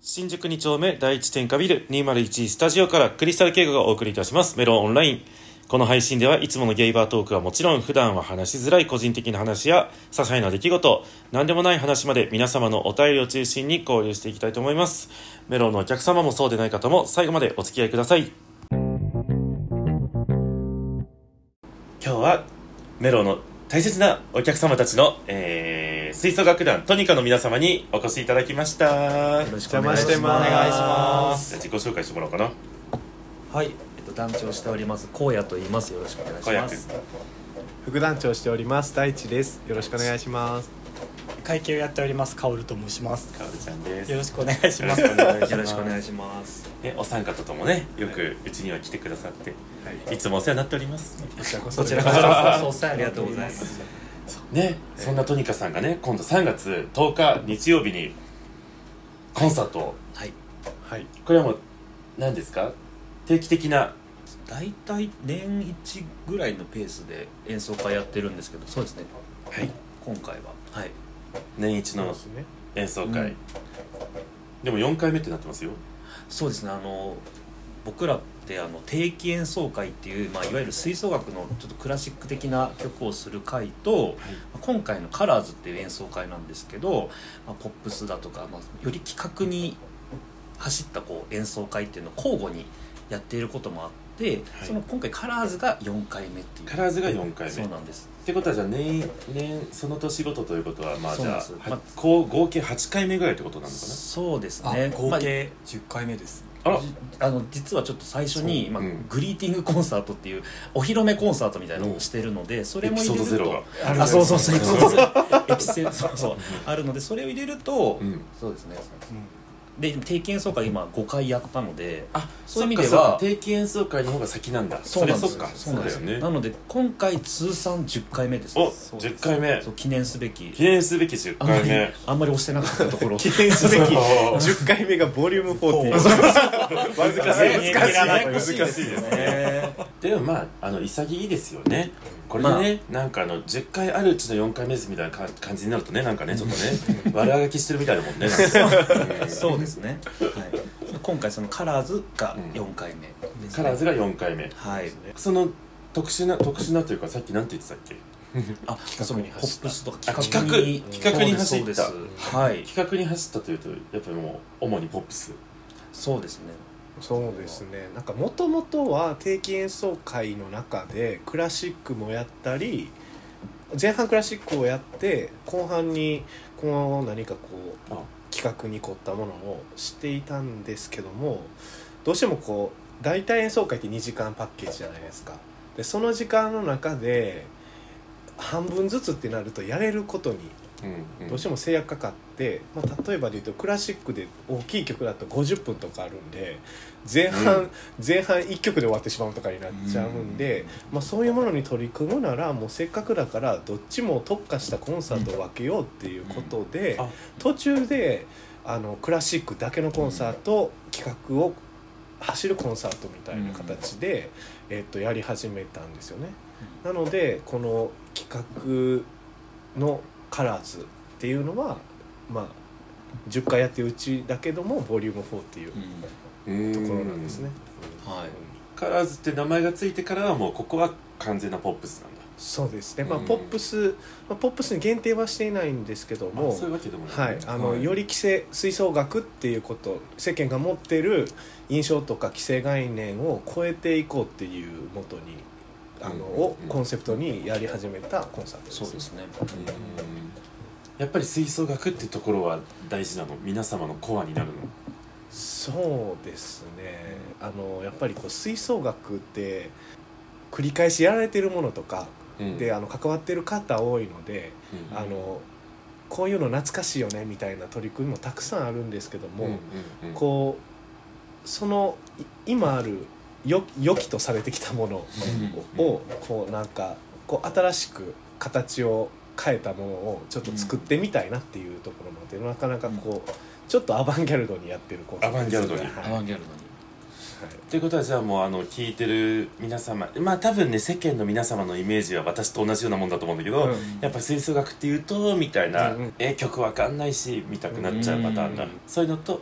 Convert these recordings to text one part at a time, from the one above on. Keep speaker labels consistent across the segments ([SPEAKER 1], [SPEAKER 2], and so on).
[SPEAKER 1] 新宿2丁目第一天下ビル201スタジオからクリスタル慶吾がお送りいたしますメロンオンラインこの配信ではいつものゲイバートークはもちろん普段は話しづらい個人的な話や些細な出来事何でもない話まで皆様のお便りを中心に交流していきたいと思いますメロンのお客様もそうでない方も最後までお付き合いください今日はメロンの大切なお客様たちの、えー吹奏楽団トニカの皆様にお越しいただきましたよ
[SPEAKER 2] ろしくお願いしま
[SPEAKER 3] お
[SPEAKER 2] す
[SPEAKER 3] 願いします
[SPEAKER 1] 自己紹介してもらおうかな
[SPEAKER 3] はい、えっと、団長しております荒野と言いますよろしくお願いします
[SPEAKER 2] 副団長しております大地ですよろしくお願いします
[SPEAKER 4] 会計をやっておりますカオルと申します
[SPEAKER 1] かおるちゃんです
[SPEAKER 4] よろしくお願いし
[SPEAKER 1] よろ
[SPEAKER 4] ま
[SPEAKER 1] し
[SPEAKER 4] す
[SPEAKER 1] くお願いします
[SPEAKER 3] よろしくお願いします
[SPEAKER 1] ねお三方ともねよくうちには来てくださって、い、つもお世話になっております
[SPEAKER 2] こちらこそ
[SPEAKER 3] こちらこそそうありがとうございます
[SPEAKER 1] ねそんなトニカさんがね今度3月10日日曜日にコンサートを
[SPEAKER 3] はい
[SPEAKER 2] はい
[SPEAKER 1] これはもう何ですか定期的な
[SPEAKER 3] 大体年1ぐらいのペースで演奏会やってるんですけどそうですね
[SPEAKER 1] はい
[SPEAKER 3] 今回ははい
[SPEAKER 1] 年一
[SPEAKER 2] そうで
[SPEAKER 1] の
[SPEAKER 2] すね
[SPEAKER 1] 演奏会、
[SPEAKER 3] うん
[SPEAKER 1] でも4回目ってなってますよ
[SPEAKER 3] そうですねあの僕らってあの定期演奏会っていう、まあ、いわゆる吹奏楽のちょっとクラシック的な曲をする会と、まあ今回の「カラーズっていう演奏会なんですけど、まあ、ポップスだとか、まあ、より企画に走ったこう演奏会っていうのを交互にやっていることもあって、
[SPEAKER 1] はい
[SPEAKER 3] その今回「カラーズが4回目っていう
[SPEAKER 1] カラーズが4回目
[SPEAKER 3] そう
[SPEAKER 1] っ
[SPEAKER 3] なんです
[SPEAKER 1] てことはじゃあ年年その年ごとということはまあじゃあ
[SPEAKER 3] そうなんです
[SPEAKER 1] はこう合計8回目ぐらいってことなのかな
[SPEAKER 3] そうです
[SPEAKER 4] あ
[SPEAKER 3] ね
[SPEAKER 4] 合計10回目です
[SPEAKER 1] あら
[SPEAKER 3] じあの実はちょっと最初に、まあ
[SPEAKER 1] うん
[SPEAKER 3] グリーティングコンサートっていうお披露目コンサートみたいなの
[SPEAKER 1] うん
[SPEAKER 3] をしてるので、それ
[SPEAKER 1] エ
[SPEAKER 3] も
[SPEAKER 1] ピソ
[SPEAKER 3] 入
[SPEAKER 1] ー
[SPEAKER 3] れ
[SPEAKER 1] ド
[SPEAKER 3] る
[SPEAKER 1] ゼロ
[SPEAKER 3] と
[SPEAKER 1] が、
[SPEAKER 3] あそうそうそうエピソード
[SPEAKER 1] う
[SPEAKER 3] ゼロエピソードそうそうあるのでそれを入れると、
[SPEAKER 1] うん、
[SPEAKER 3] そうですねで定期演奏会今5回やったので
[SPEAKER 1] あ
[SPEAKER 3] そういう意味
[SPEAKER 1] そ
[SPEAKER 3] では
[SPEAKER 1] っかそっか定期演奏会の方が先なんだ
[SPEAKER 3] そうなんです
[SPEAKER 1] それそっか
[SPEAKER 3] そうなんです
[SPEAKER 1] そうだよね
[SPEAKER 3] なので今回通算10回目です
[SPEAKER 1] お
[SPEAKER 4] そう
[SPEAKER 1] 10回目
[SPEAKER 3] そう記念すべき
[SPEAKER 1] 記念すべき10
[SPEAKER 3] あんま
[SPEAKER 1] 回
[SPEAKER 3] り
[SPEAKER 1] 目
[SPEAKER 3] あんまり押してなかったところ
[SPEAKER 2] 記念すべき
[SPEAKER 1] そう
[SPEAKER 2] 10回目がボリューム40
[SPEAKER 4] 難
[SPEAKER 2] 難しい
[SPEAKER 4] 難しい
[SPEAKER 2] 難しいです
[SPEAKER 3] よね
[SPEAKER 1] でもまああの潔いですよねこれでね、なんかあの10回あるうちの4回目ですみたいなか感じになるとねなんかねちょっと ね悪あがきしてるみたいだもんね
[SPEAKER 3] そうですね、はい、今回その「カラーズが4回目ですね、
[SPEAKER 1] カラーズが4回目
[SPEAKER 3] はい
[SPEAKER 1] その特殊な特殊なというかさっきなんて言ってたっけ
[SPEAKER 3] あそのポップスとか
[SPEAKER 1] あ
[SPEAKER 3] 企
[SPEAKER 1] 企
[SPEAKER 3] 画に
[SPEAKER 1] 画企画に走った
[SPEAKER 3] そうですそうですはい
[SPEAKER 1] 企画に走ったというとやっぱりもう主にポップス
[SPEAKER 3] そうですね
[SPEAKER 2] そうですねなんかもともとは定期演奏会の中でクラシックもやったり前半クラシックをやって後半にこの何かこう
[SPEAKER 1] あ
[SPEAKER 2] 企画に凝ったものをしていたんですけどもどうしてもこう大体演奏会って2時間パッケージじゃないですかでその時間の中で半分ずつってなるとやれることに
[SPEAKER 1] うん
[SPEAKER 2] どうしても制約かかって、まあ、例えばで言うとクラシックで大きい曲だと50分とかあるんで前半、
[SPEAKER 1] う
[SPEAKER 2] 前半1曲で終わってしまうとかになっちゃうんで、まあ、そういうものに取り組むならもうせっかくだからどっちも特化したコンサートを分けようっていうことで、
[SPEAKER 1] うんあ
[SPEAKER 2] 途中であのクラシックだけのコンサート、企画を走るコンサートみたいな形で、えっとやり始めたんですよね。なのでこの企画の「カラーズっていうのはまあ10回やってるうちだけどもボリューム4っていう
[SPEAKER 1] うん
[SPEAKER 2] ところなんですね。
[SPEAKER 3] はい
[SPEAKER 1] カラーズって名前がついてからはもうここは完全なポップスなんだ
[SPEAKER 2] そうですね、まあ、
[SPEAKER 1] うん
[SPEAKER 2] ポップス、まあ、ポップスに限定はしていないんですけど
[SPEAKER 1] も
[SPEAKER 2] も
[SPEAKER 1] うそういうわけでもない、
[SPEAKER 2] はい、あのより規制吹奏楽っていうこと世間が持ってる印象とか規制概念を超えていこうっていうもとにあの、
[SPEAKER 1] うん
[SPEAKER 2] をコンセプトにやり始めたコンサートです
[SPEAKER 3] そうですね
[SPEAKER 1] うんやっぱり吹奏楽ってところは大事なの皆様のコアになるの
[SPEAKER 2] そうですねあのやっぱりこう吹奏楽って繰り返しやられてるものとか、であの関わってる方多いので、
[SPEAKER 1] うん
[SPEAKER 2] あのこういうの懐かしいよねみたいな取り組みもたくさんあるんですけども、
[SPEAKER 1] うんうんうん
[SPEAKER 2] こうそのい今あるよ良きとされてきたもの
[SPEAKER 1] うん
[SPEAKER 2] をこうなんかこう新しく形を変えたものをちょっと作ってみたいなっていうところなのでなかなかこうちょっとアバンギャルドにやってるコンセプトですね
[SPEAKER 1] アバンギャルドに
[SPEAKER 2] はい
[SPEAKER 3] アバンギャルドに
[SPEAKER 1] ということはじゃあもうあの聞いてる皆様まあ多分ね世間の皆様のイメージは私と同じようなもんだと思うんだけど、
[SPEAKER 2] うん
[SPEAKER 1] やっぱ吹奏楽っていうとみたいな、
[SPEAKER 2] うんうん
[SPEAKER 1] え曲わかんないし見たくなっちゃうパターンが、
[SPEAKER 3] うん
[SPEAKER 1] そういうのと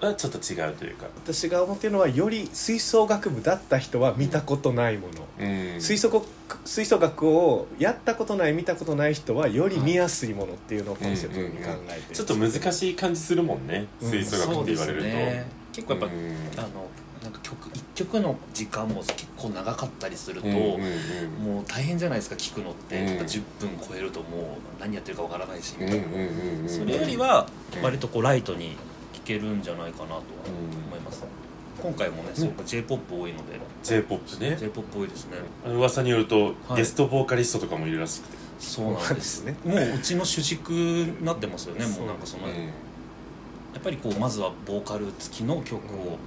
[SPEAKER 1] はちょっと違うというか、
[SPEAKER 2] 私が思ってるのはより吹奏楽部だった人は見たことないもの、
[SPEAKER 1] うん、
[SPEAKER 2] 吹奏楽吹奏楽をやったことない見たことない人はより見やすいものっていうのをコンセプトに考えて、
[SPEAKER 1] ちょっと難しい感じするもんね
[SPEAKER 2] うん
[SPEAKER 1] 吹奏楽って言われると、
[SPEAKER 3] そうですね結構やっぱ、
[SPEAKER 1] うん
[SPEAKER 3] あのなんか曲一曲の時間も結構長かったりすると、
[SPEAKER 1] うんうん
[SPEAKER 3] もう大変じゃないですか聞くのって、
[SPEAKER 1] うん
[SPEAKER 3] やっぱ10分超えるともう何やってるかわからないし、
[SPEAKER 1] うんうんうんうん
[SPEAKER 3] それよりは
[SPEAKER 1] うん
[SPEAKER 3] 割とこうライトに聴けるんじゃないかなとは
[SPEAKER 1] うん
[SPEAKER 3] 思います、今回もねすごく j p o p 多いので、
[SPEAKER 1] j p o p ね
[SPEAKER 3] j p o p 多いですね
[SPEAKER 1] 噂によると、
[SPEAKER 3] はい
[SPEAKER 1] ゲストボーカリストとかもいるらしくて、
[SPEAKER 3] そうなんです
[SPEAKER 2] そうなん
[SPEAKER 3] もううちの主軸になってますよねもうなんかその、やっぱりこうまずはボーカル付きの曲を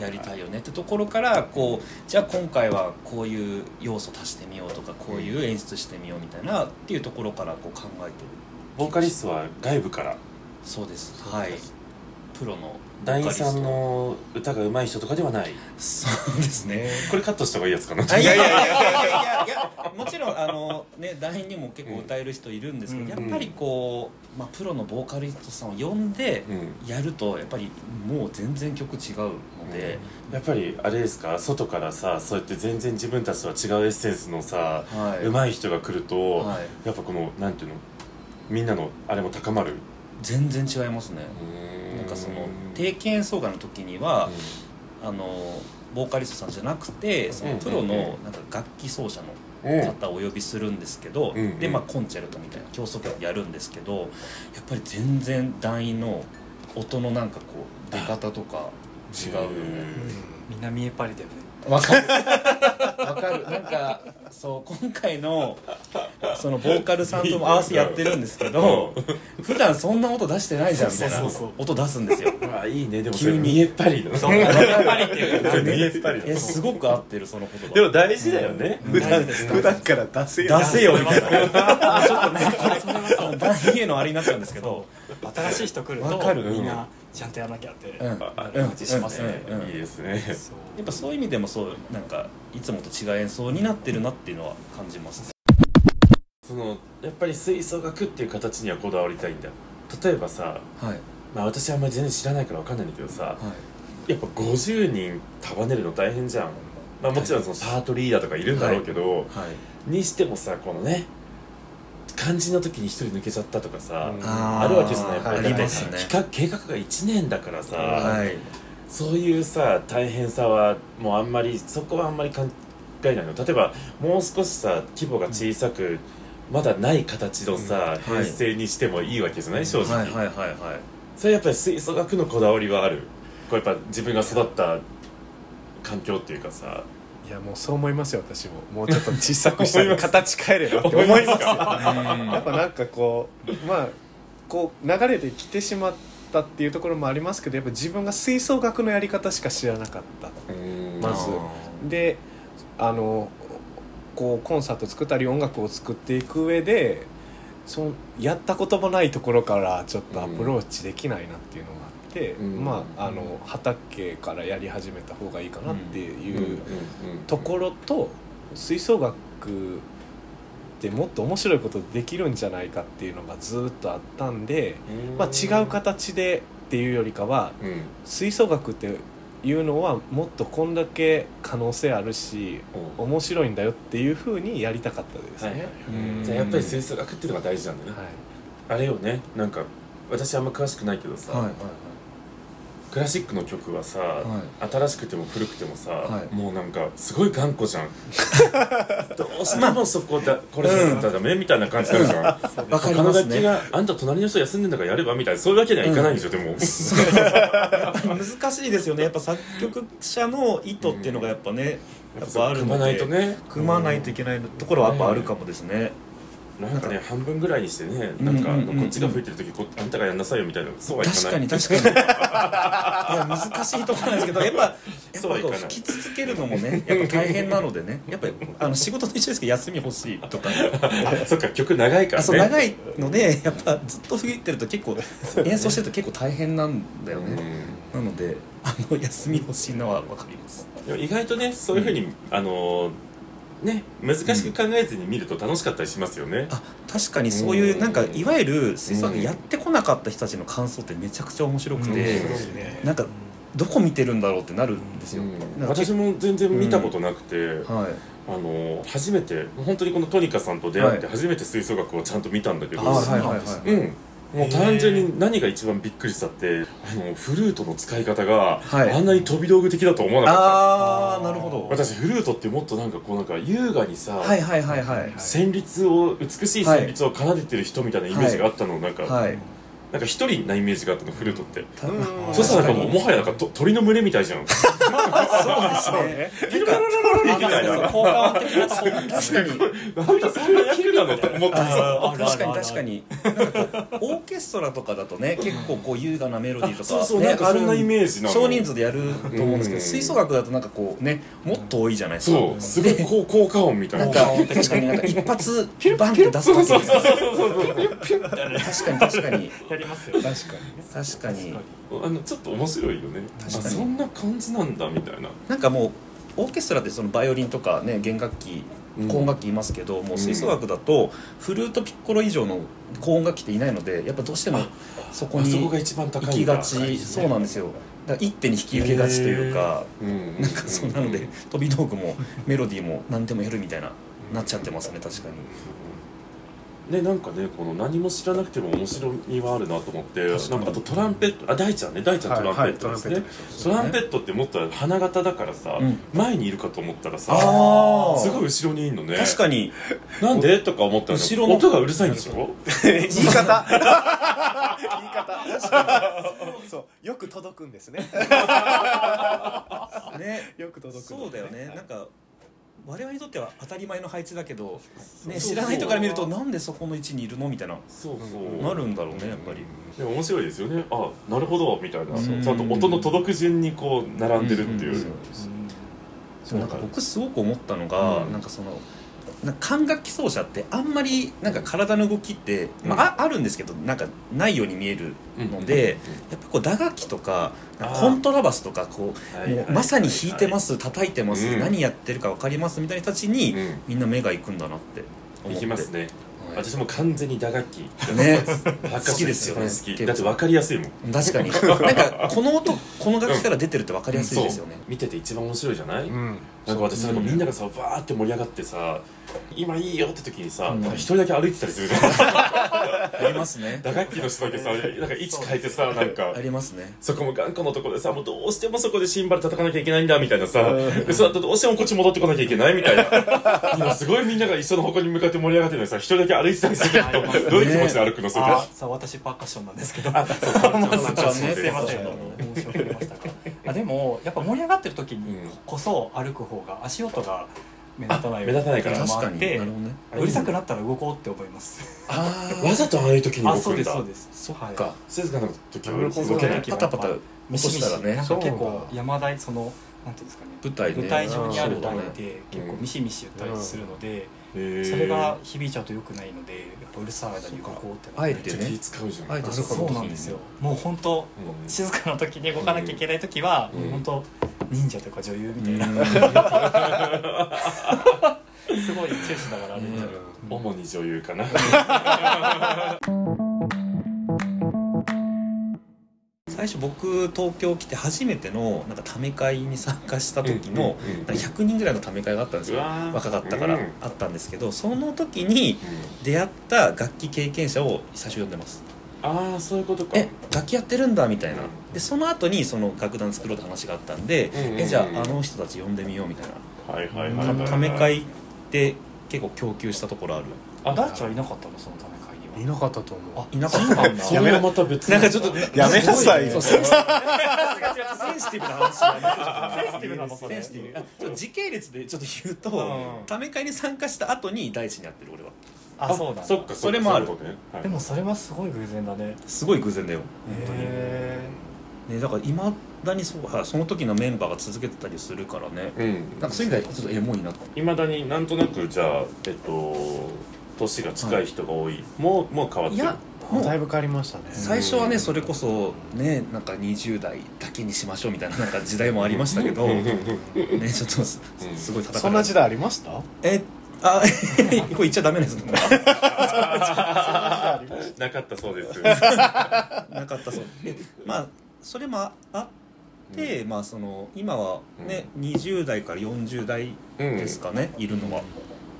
[SPEAKER 3] やりたいよねってところからこうじゃあ今回はこういう要素足してみようとかこういう演出してみようみたいなっていうところからこう考えてる
[SPEAKER 1] ボーカリストは外部から
[SPEAKER 3] そうですはいプロのボー
[SPEAKER 1] 団
[SPEAKER 3] カ
[SPEAKER 1] 員
[SPEAKER 3] リスト
[SPEAKER 1] さんの歌が上手い人とかではない
[SPEAKER 3] そうですね
[SPEAKER 1] これカットした方がいいやつかな
[SPEAKER 3] あいやいやいやいやいやもちろんあのね団員にも結構歌える人いるんですけど、
[SPEAKER 2] う
[SPEAKER 3] や
[SPEAKER 2] ん
[SPEAKER 3] っぱりこう、まあ、プロのボーカリストさんを呼んで
[SPEAKER 1] うん
[SPEAKER 3] やるとやっぱりもう全然曲違うので、
[SPEAKER 1] やっぱりあれですか外からさそうやって全然自分たちとは違うエッセンスのさ
[SPEAKER 3] はい
[SPEAKER 1] 上手い人が来ると、
[SPEAKER 3] はい、
[SPEAKER 1] やっぱこのなんていうのみんなのあれも高まる
[SPEAKER 3] 全然違いますねなんかその定期演奏会の時には、あのボーカリストさんじゃなくてそのプロ
[SPEAKER 1] うんうん
[SPEAKER 3] のなんか楽器奏者の
[SPEAKER 1] うんうん
[SPEAKER 3] 方をお呼びするんですけど、
[SPEAKER 1] うん
[SPEAKER 3] で、まあ、コンチェルトみたいな競争曲やるんですけどやっぱり全然団員の音のなんかこう出方とか違うよね
[SPEAKER 4] 南エパリだよね
[SPEAKER 3] わかるわかるなんかそう今回のそのボーカルさんとも合わせやってるんですけど普段そんな音出してないじゃんみたいな
[SPEAKER 4] そうそうそう
[SPEAKER 3] 音出すんですよ
[SPEAKER 1] うわいいねでも
[SPEAKER 3] 急に
[SPEAKER 1] 見えっぱりの
[SPEAKER 4] そう南エパリっていう
[SPEAKER 1] それ見えっぱり
[SPEAKER 3] えすごく合ってるその言葉
[SPEAKER 1] でも大事だよね、
[SPEAKER 2] 普
[SPEAKER 4] 大
[SPEAKER 2] 段
[SPEAKER 4] 事です
[SPEAKER 2] 普段から出せよ
[SPEAKER 1] 出せよみたいな
[SPEAKER 3] ちょっとねその団員へのあれになっちゃうんですけど
[SPEAKER 4] 新しい人来る
[SPEAKER 3] わ
[SPEAKER 4] と
[SPEAKER 3] かる
[SPEAKER 4] みんなちゃんとやらなきゃって、
[SPEAKER 3] うんうん
[SPEAKER 1] あ
[SPEAKER 4] 感じしますね
[SPEAKER 3] うんうん
[SPEAKER 1] いいですね
[SPEAKER 4] そう
[SPEAKER 3] やっぱそういう意味でもそうなんかいつもと違う演奏になってるなっていうのは感じます
[SPEAKER 1] そのやっぱり吹奏楽っていう形にはこだわりたいんだ例えばさ、
[SPEAKER 3] はいはい
[SPEAKER 1] まあ、私あんまり全然知らないからわかんないんだけどさやっぱ50人束ねるの大変じゃん、まあ、もちろんそのパートリーダーとかいるんだろうけど、
[SPEAKER 3] はい
[SPEAKER 1] にしてもさこのね肝心の時に一人抜けちゃったとかさ、
[SPEAKER 2] うん
[SPEAKER 1] あるわけじゃないやっぱり
[SPEAKER 3] ありますね
[SPEAKER 1] 企画計画が1年だからさ、
[SPEAKER 3] はい
[SPEAKER 1] そういうさ大変さはもうあんまりそこはあんまり考えないの例えばもう少しさ規模が小さく、まだない形のさ、
[SPEAKER 3] うんはい
[SPEAKER 1] 編成にしてもいいわけじゃない正直、
[SPEAKER 3] はいはいはいはい
[SPEAKER 1] それやっぱり吹奏楽のこだわりはあるこれやっぱ自分が育った環境っていうかさ
[SPEAKER 2] いやもうそう思いますよ私も もうちょっと小さくしたら形変えればって思いますよ やっぱなんかこうまあこう流れで来てしまったっていうところもありますけどやっぱ自分が吹奏楽のやり方しか知らなかったまずであのこうコンサート作ったり音楽を作っていく上でそのやったこともないところからちょっとアプローチできないなっていうのがあって、
[SPEAKER 1] うん
[SPEAKER 2] まああの畑からやり始めた方がいいかなっていう。ところと吹奏楽ってもっと面白いことできるんじゃないかっていうのがずっとあったんで、まあ、違う形でっていうよりかは
[SPEAKER 1] うん
[SPEAKER 2] 吹奏楽っていうのはもっとこんだけ可能性あるし面白いんだよっていうふうにやりたかったですね。
[SPEAKER 3] うん
[SPEAKER 1] じゃあやっぱり吹奏楽っていうのが大事なんだね、
[SPEAKER 2] はい
[SPEAKER 1] あれよねなんか私あんま詳しくないけどさ、
[SPEAKER 3] はいはい
[SPEAKER 1] クラシックの曲はさ、新しくても古くてもさ、
[SPEAKER 3] はい
[SPEAKER 1] もうなんかすごい頑固じゃん どうしてもそこだこれじゃダメみたいな感じになるじゃん
[SPEAKER 3] わかり
[SPEAKER 1] 他の
[SPEAKER 3] ます
[SPEAKER 1] 楽器
[SPEAKER 3] ね
[SPEAKER 1] があんた隣の人休んでんだからやればみたいなそういうわけにはいかないんでしょ、でも
[SPEAKER 3] 難しいですよねやっぱ作曲者の意図っていうのがやっぱねやっぱある
[SPEAKER 1] 組
[SPEAKER 3] の
[SPEAKER 1] まないと
[SPEAKER 3] で
[SPEAKER 1] ね
[SPEAKER 3] 組まないといけないところはやっぱあるかもですね
[SPEAKER 1] なんかね半分ぐらいにしてねなんか、
[SPEAKER 3] うんうんうんうん
[SPEAKER 1] こっちが吹いてる時こあんたがやんなさいよみたいなそうはいかない
[SPEAKER 3] 確かに確 かにいや難しいところなんですけどやっぱやっぱ
[SPEAKER 1] そうはい
[SPEAKER 3] こ
[SPEAKER 1] か
[SPEAKER 3] う
[SPEAKER 1] ない
[SPEAKER 3] 吹き続けるのもねやっぱ大変なのでねやっぱ りあの仕事と一緒ですけど休み欲しいとか
[SPEAKER 1] あ そっか曲長いから
[SPEAKER 3] あ
[SPEAKER 1] ね
[SPEAKER 3] そう長いのでやっぱずっと吹いてると結構演奏してると結構大変なんだよね
[SPEAKER 1] う
[SPEAKER 3] なのであの休み欲しいのは分かります
[SPEAKER 1] でも意外とねそういうふうに、あのね難しく考えずに見ると楽しかったりしますよね、
[SPEAKER 3] あ確かにそういう、
[SPEAKER 1] うん
[SPEAKER 3] なんかいわゆる吹奏楽
[SPEAKER 1] うん
[SPEAKER 3] やってこなかった人たちの感想ってめちゃくちゃ面白く
[SPEAKER 1] うん面
[SPEAKER 3] て、
[SPEAKER 1] 白い
[SPEAKER 3] なんかどこ見てるんだろうってなるんですよ、
[SPEAKER 1] うん
[SPEAKER 3] なんか
[SPEAKER 1] 私も全然見たことなくて、
[SPEAKER 3] はい
[SPEAKER 1] あの初めて本当にこのトニカさんと出会って
[SPEAKER 3] は
[SPEAKER 1] 初めて吹奏楽をちゃんと見たんだけど、
[SPEAKER 3] あはいはい
[SPEAKER 4] そうなん
[SPEAKER 3] は
[SPEAKER 4] で
[SPEAKER 3] い
[SPEAKER 1] うんもう単純に何が一番びっくりしたってあのフルートの使い方が
[SPEAKER 3] はい
[SPEAKER 1] あんなに飛び道具的だと思わなかった、
[SPEAKER 3] ああなるほど
[SPEAKER 1] 私フルートってもっとなんかこうなんか優雅にさ、
[SPEAKER 3] はいはいはいはい
[SPEAKER 1] 旋律を美しい旋律を奏でてる人みたいなイメージがあったの、なんか、
[SPEAKER 3] はい
[SPEAKER 1] なんか一人なイメージがあったのフルートって、
[SPEAKER 3] た
[SPEAKER 2] うん
[SPEAKER 3] あー
[SPEAKER 1] そしたらなんか
[SPEAKER 3] 確
[SPEAKER 1] もう
[SPEAKER 3] に
[SPEAKER 1] もはやなんかと鳥の群れみたいじゃん
[SPEAKER 2] そうね
[SPEAKER 1] ピロロロロロみたいな
[SPEAKER 4] 効果音的なそうなんだ
[SPEAKER 3] 確かに
[SPEAKER 1] なんだそんな役なのって 思ってさ
[SPEAKER 4] あるあ
[SPEAKER 3] 確
[SPEAKER 4] る
[SPEAKER 3] か
[SPEAKER 4] あ
[SPEAKER 3] に
[SPEAKER 4] る
[SPEAKER 3] 確かになんかこうオーケストラとかだとね結構こう優雅なメロディーとか
[SPEAKER 1] そうそう
[SPEAKER 3] ね
[SPEAKER 1] なんかそんなイメージなの
[SPEAKER 3] 少人数でやると思うんですけ
[SPEAKER 1] うん
[SPEAKER 3] ど吹奏楽だとなんかこうねもっと多いじゃないですか
[SPEAKER 1] そうすごいこう効果音みたい
[SPEAKER 3] な
[SPEAKER 1] なんな
[SPEAKER 3] か確かになんか一発バンって出すだけ
[SPEAKER 1] そう
[SPEAKER 3] で
[SPEAKER 1] そうそうそうそう
[SPEAKER 3] 確かに確かに
[SPEAKER 4] やりますよ
[SPEAKER 2] 確かに
[SPEAKER 4] ね
[SPEAKER 2] ね
[SPEAKER 3] 確かに
[SPEAKER 1] あのちょっと面白いよねあ
[SPEAKER 3] 確かに
[SPEAKER 1] そんな感じなんだみたいな
[SPEAKER 3] なんかもうオーケストラってそのバイオリンとかね弦楽器
[SPEAKER 1] うん
[SPEAKER 3] 高音楽器いますけど、もう吹奏楽だとフルートピッコロ以上の高音楽器っていないのでやっぱどうしてもそこ
[SPEAKER 1] あそこ
[SPEAKER 3] に
[SPEAKER 1] が一番
[SPEAKER 3] 行
[SPEAKER 1] 高い
[SPEAKER 3] き
[SPEAKER 1] んだ
[SPEAKER 3] がち、そうなんですよだから一手に引き受けがちというか、
[SPEAKER 1] うん
[SPEAKER 3] なんかそんなので、飛び道具もメロディーも何でもやるみたいななっちゃってますね確かに
[SPEAKER 1] ね、なんかねこの何も知らなくても面白みはあるなと思ってなん
[SPEAKER 3] 確かに
[SPEAKER 1] かあとトランペットあ大ちゃんね大ちゃんトランペットですね、
[SPEAKER 2] はいはいトランペットです
[SPEAKER 1] トランペットってもっと花形だからさ、
[SPEAKER 3] うん
[SPEAKER 1] 前にいるかと思ったらさ
[SPEAKER 3] あー
[SPEAKER 1] すごい後ろにいるのね
[SPEAKER 3] 確かに
[SPEAKER 1] になんでとか思ったら
[SPEAKER 3] 後ろの
[SPEAKER 1] 音がうるさいんでしょ
[SPEAKER 2] 言い方言い方確かにそうよく届くんです ね
[SPEAKER 3] ね
[SPEAKER 2] よく届くんです
[SPEAKER 3] そうだよね
[SPEAKER 2] はい
[SPEAKER 3] なんか我々にとっては当たり前の配置だけど、ね、
[SPEAKER 1] そう
[SPEAKER 3] 知らない人から見るとなんでそこの位置にいるのみたいな
[SPEAKER 1] そうそう、
[SPEAKER 3] なるんだろうねやっぱり。
[SPEAKER 1] でも面白いですよねあなるほどみたいな
[SPEAKER 3] そ
[SPEAKER 1] ち
[SPEAKER 3] う
[SPEAKER 1] ゃんと音の届く順にこう並んでるっていう、
[SPEAKER 3] うんうんうんそうなんか僕すごく思ったのが、
[SPEAKER 1] うん
[SPEAKER 3] なんかそのなんか管楽器奏者ってあんまりなんか体の動きって、まあ、ああるんですけどなんかないように見えるので、やっぱこう打楽器とかなんかコントラバスとかこう
[SPEAKER 1] はい
[SPEAKER 3] もうまさに弾いてます叩いてます、
[SPEAKER 1] うん
[SPEAKER 3] 何やってるか分かりますみたいな人たち
[SPEAKER 1] う
[SPEAKER 3] に、
[SPEAKER 1] ん
[SPEAKER 3] みんな目が行くんだなって思って
[SPEAKER 1] いきますね
[SPEAKER 3] はい
[SPEAKER 1] 私も完全に打楽器
[SPEAKER 3] ね
[SPEAKER 1] 好
[SPEAKER 3] 好きですよね
[SPEAKER 1] 好きだって分かりやすいもん
[SPEAKER 3] 確かになんかこの音この楽器から出てるって分かりやすいですよね、
[SPEAKER 1] そう見てて一番面白いじゃない、
[SPEAKER 2] うん
[SPEAKER 1] なんか私
[SPEAKER 3] そ
[SPEAKER 1] な
[SPEAKER 3] うん
[SPEAKER 1] かみんながさバーって盛り上がってさ今いいよって時にさ
[SPEAKER 3] うん
[SPEAKER 1] なんか一人だけ歩いてたりするじゃん
[SPEAKER 3] ありますね
[SPEAKER 1] 打楽器の人だけさなんか位置変えてさなんか
[SPEAKER 3] ありますね
[SPEAKER 1] そこも頑固のところでさもうどうしてもそこでシンバル叩かなきゃいけないんだみたいなさ
[SPEAKER 2] うん
[SPEAKER 1] でそうだとどうしてもこっち戻ってこなきゃいけないみたいな今すごいみんなが一緒の方向に向かって盛り上がってるのにさ一人だけ歩いてたりするけど
[SPEAKER 4] ありますね
[SPEAKER 1] どういう気持ちで歩くのそれ
[SPEAKER 4] あさあ私パーカッションなんですけど
[SPEAKER 3] まさかね
[SPEAKER 4] すいません申し遅れましたかあでもやっぱ盛り上がってる時
[SPEAKER 1] う
[SPEAKER 4] に
[SPEAKER 1] ん
[SPEAKER 4] こそ歩く方が足音が目立たない
[SPEAKER 1] あ目立たないから
[SPEAKER 4] ってうの
[SPEAKER 3] 確
[SPEAKER 4] もあ
[SPEAKER 3] か
[SPEAKER 4] っ
[SPEAKER 3] に
[SPEAKER 4] て
[SPEAKER 3] なるほどね
[SPEAKER 4] うるさくなったら動こうって思います
[SPEAKER 3] あ
[SPEAKER 1] わざとああいう時に
[SPEAKER 4] あ
[SPEAKER 1] 動
[SPEAKER 4] そ
[SPEAKER 1] く
[SPEAKER 4] うんです
[SPEAKER 1] だ
[SPEAKER 4] そうですそっ
[SPEAKER 3] あか
[SPEAKER 1] 静かな時は
[SPEAKER 2] なるほ
[SPEAKER 1] 動
[SPEAKER 2] ど
[SPEAKER 1] け
[SPEAKER 2] ね
[SPEAKER 1] ない
[SPEAKER 3] パタパタ落としたらね
[SPEAKER 4] なんか結
[SPEAKER 2] そう
[SPEAKER 4] 構
[SPEAKER 2] だ
[SPEAKER 4] 山台そのなんていうんですかね
[SPEAKER 3] 舞台ね
[SPEAKER 4] 舞台上にあ
[SPEAKER 3] そ
[SPEAKER 4] る台
[SPEAKER 3] うだね
[SPEAKER 4] で結
[SPEAKER 1] う
[SPEAKER 4] 構
[SPEAKER 1] ん
[SPEAKER 4] ミシミシ言ったりするのでそ
[SPEAKER 1] そ
[SPEAKER 4] れが響いちゃうと良くないのでやっぱうるさい間に動こうってな
[SPEAKER 3] あえ
[SPEAKER 1] めってちゃ気
[SPEAKER 3] ね
[SPEAKER 1] 使うじゃん
[SPEAKER 3] あえて
[SPEAKER 4] そう
[SPEAKER 3] この時に
[SPEAKER 4] なんですよもう本当
[SPEAKER 1] うん
[SPEAKER 4] 静かな時に動かなきゃいけない時は、
[SPEAKER 1] うん
[SPEAKER 4] もう本当忍者とか女優み
[SPEAKER 3] う
[SPEAKER 4] たいな、
[SPEAKER 3] ん
[SPEAKER 4] すごい注視ながら歩いてる、
[SPEAKER 1] 主に女優かな
[SPEAKER 3] 最初僕東京来て初めてのなんかため会に参加した時の
[SPEAKER 1] うんうんうん
[SPEAKER 3] なんか100人ぐらいのため会があったんですよ
[SPEAKER 1] うわー
[SPEAKER 3] 若かったから
[SPEAKER 1] うん
[SPEAKER 3] あったんですけどその時に出会った楽器経験者を最初呼んでます
[SPEAKER 1] ああそういうことか
[SPEAKER 3] え楽器やってるんだみたいな
[SPEAKER 1] うん
[SPEAKER 3] でその後にその楽団作ろうって話があったんで
[SPEAKER 1] うんうんうん
[SPEAKER 3] えじゃああの人たち呼んでみようみたい
[SPEAKER 1] はいはいはいはいは
[SPEAKER 3] ないため会って結構供給したところある
[SPEAKER 1] あ
[SPEAKER 4] ダーチはいなかったのそのため会に
[SPEAKER 2] い
[SPEAKER 4] は
[SPEAKER 2] なかったと思う
[SPEAKER 4] あ
[SPEAKER 3] いなかったんだ
[SPEAKER 1] それはまた別に
[SPEAKER 3] なんかちょっと
[SPEAKER 2] やめなさいよ
[SPEAKER 3] そうセンシティブな話だね
[SPEAKER 4] センシティブなのそれ
[SPEAKER 3] センシティブあちょっと時系列でちょっと言う
[SPEAKER 4] う
[SPEAKER 3] と
[SPEAKER 4] ん
[SPEAKER 3] ため会に参加した後に大地に会ってる俺は
[SPEAKER 4] あそうなんだ
[SPEAKER 1] そっか
[SPEAKER 3] それもある
[SPEAKER 1] そういうことねはい
[SPEAKER 4] でもそれはすごい偶然だね
[SPEAKER 3] すごい偶然だよ、
[SPEAKER 4] へ
[SPEAKER 3] ね、だからいまだにそうはその時のメンバーが続けてたりするからね
[SPEAKER 1] うん
[SPEAKER 3] なんかそういう意味ではちょっとエモいなと
[SPEAKER 1] いまだになんとなくじゃあえっと年が近い人が多いもうもう変わっ
[SPEAKER 3] い
[SPEAKER 1] てる
[SPEAKER 3] や
[SPEAKER 2] もうだいぶ変わりましたね
[SPEAKER 3] 最初はねそれこそねなんか20代だけにしましょうみたいななんか時代もありましたけど、ね、ちょっとすすごい戦い
[SPEAKER 2] そんな時代ありました
[SPEAKER 3] えあ これ言っちゃダメですね
[SPEAKER 1] なかったそうです。
[SPEAKER 3] なかったそうでまあそれもあって、まあその今はね、20代から40代ですかね、いるのは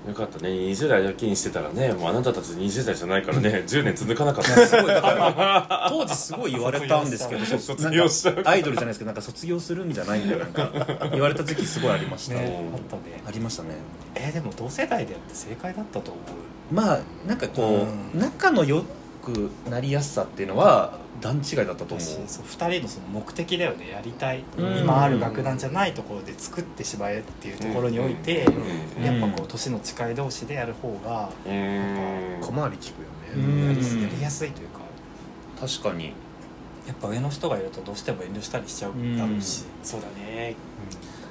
[SPEAKER 1] よかったね20代だけにしてたらねもうあなたたち20代じゃないからね10年続かなかったです
[SPEAKER 3] すごいだから当時すごい言われたんですけど
[SPEAKER 1] 卒
[SPEAKER 3] そう
[SPEAKER 1] 卒業した
[SPEAKER 3] なんかアイドルじゃないですけどなんか卒業するんじゃないんだよなんか言われた時期すごいありました、
[SPEAKER 4] ねあったね
[SPEAKER 3] ありましたね
[SPEAKER 4] えーでも同世代でやって正解だったと思う
[SPEAKER 3] まあなんかこう、
[SPEAKER 4] うん
[SPEAKER 3] 仲の良くなりやすさっていうのは段違いだったと思う
[SPEAKER 4] 私そう2人のその目的だよねやりたい、
[SPEAKER 3] うん
[SPEAKER 4] 今ある楽団じゃないところで作ってしまえっていうところにおいて、
[SPEAKER 3] うん
[SPEAKER 4] やっぱこう年の近い同士でやる方が
[SPEAKER 1] うーん
[SPEAKER 2] 小回り聞くよ
[SPEAKER 3] う
[SPEAKER 2] ね
[SPEAKER 3] ん
[SPEAKER 4] やりやりやすいというか、
[SPEAKER 3] 確かに
[SPEAKER 4] やっぱ上の人がいるとどうしても遠慮したりしちゃう
[SPEAKER 3] うん
[SPEAKER 4] だろうし、
[SPEAKER 1] そうだね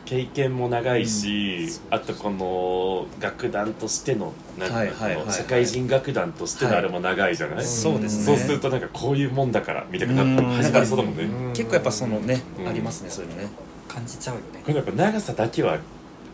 [SPEAKER 1] 経験も長いし、あとこの楽団としてのなんか
[SPEAKER 3] はいはいはい
[SPEAKER 1] この社会人楽団としてのあれも長いじゃない、
[SPEAKER 4] ん
[SPEAKER 3] そうですね
[SPEAKER 1] そうするとなんかこういうもんだからみたいな、
[SPEAKER 4] うん
[SPEAKER 1] 始まりそうだもんね、
[SPEAKER 2] うん
[SPEAKER 3] 結構やっぱそのね、
[SPEAKER 1] うん
[SPEAKER 3] ありますねそういうのね
[SPEAKER 4] 感じちゃうよね
[SPEAKER 1] これやっぱ長さだけは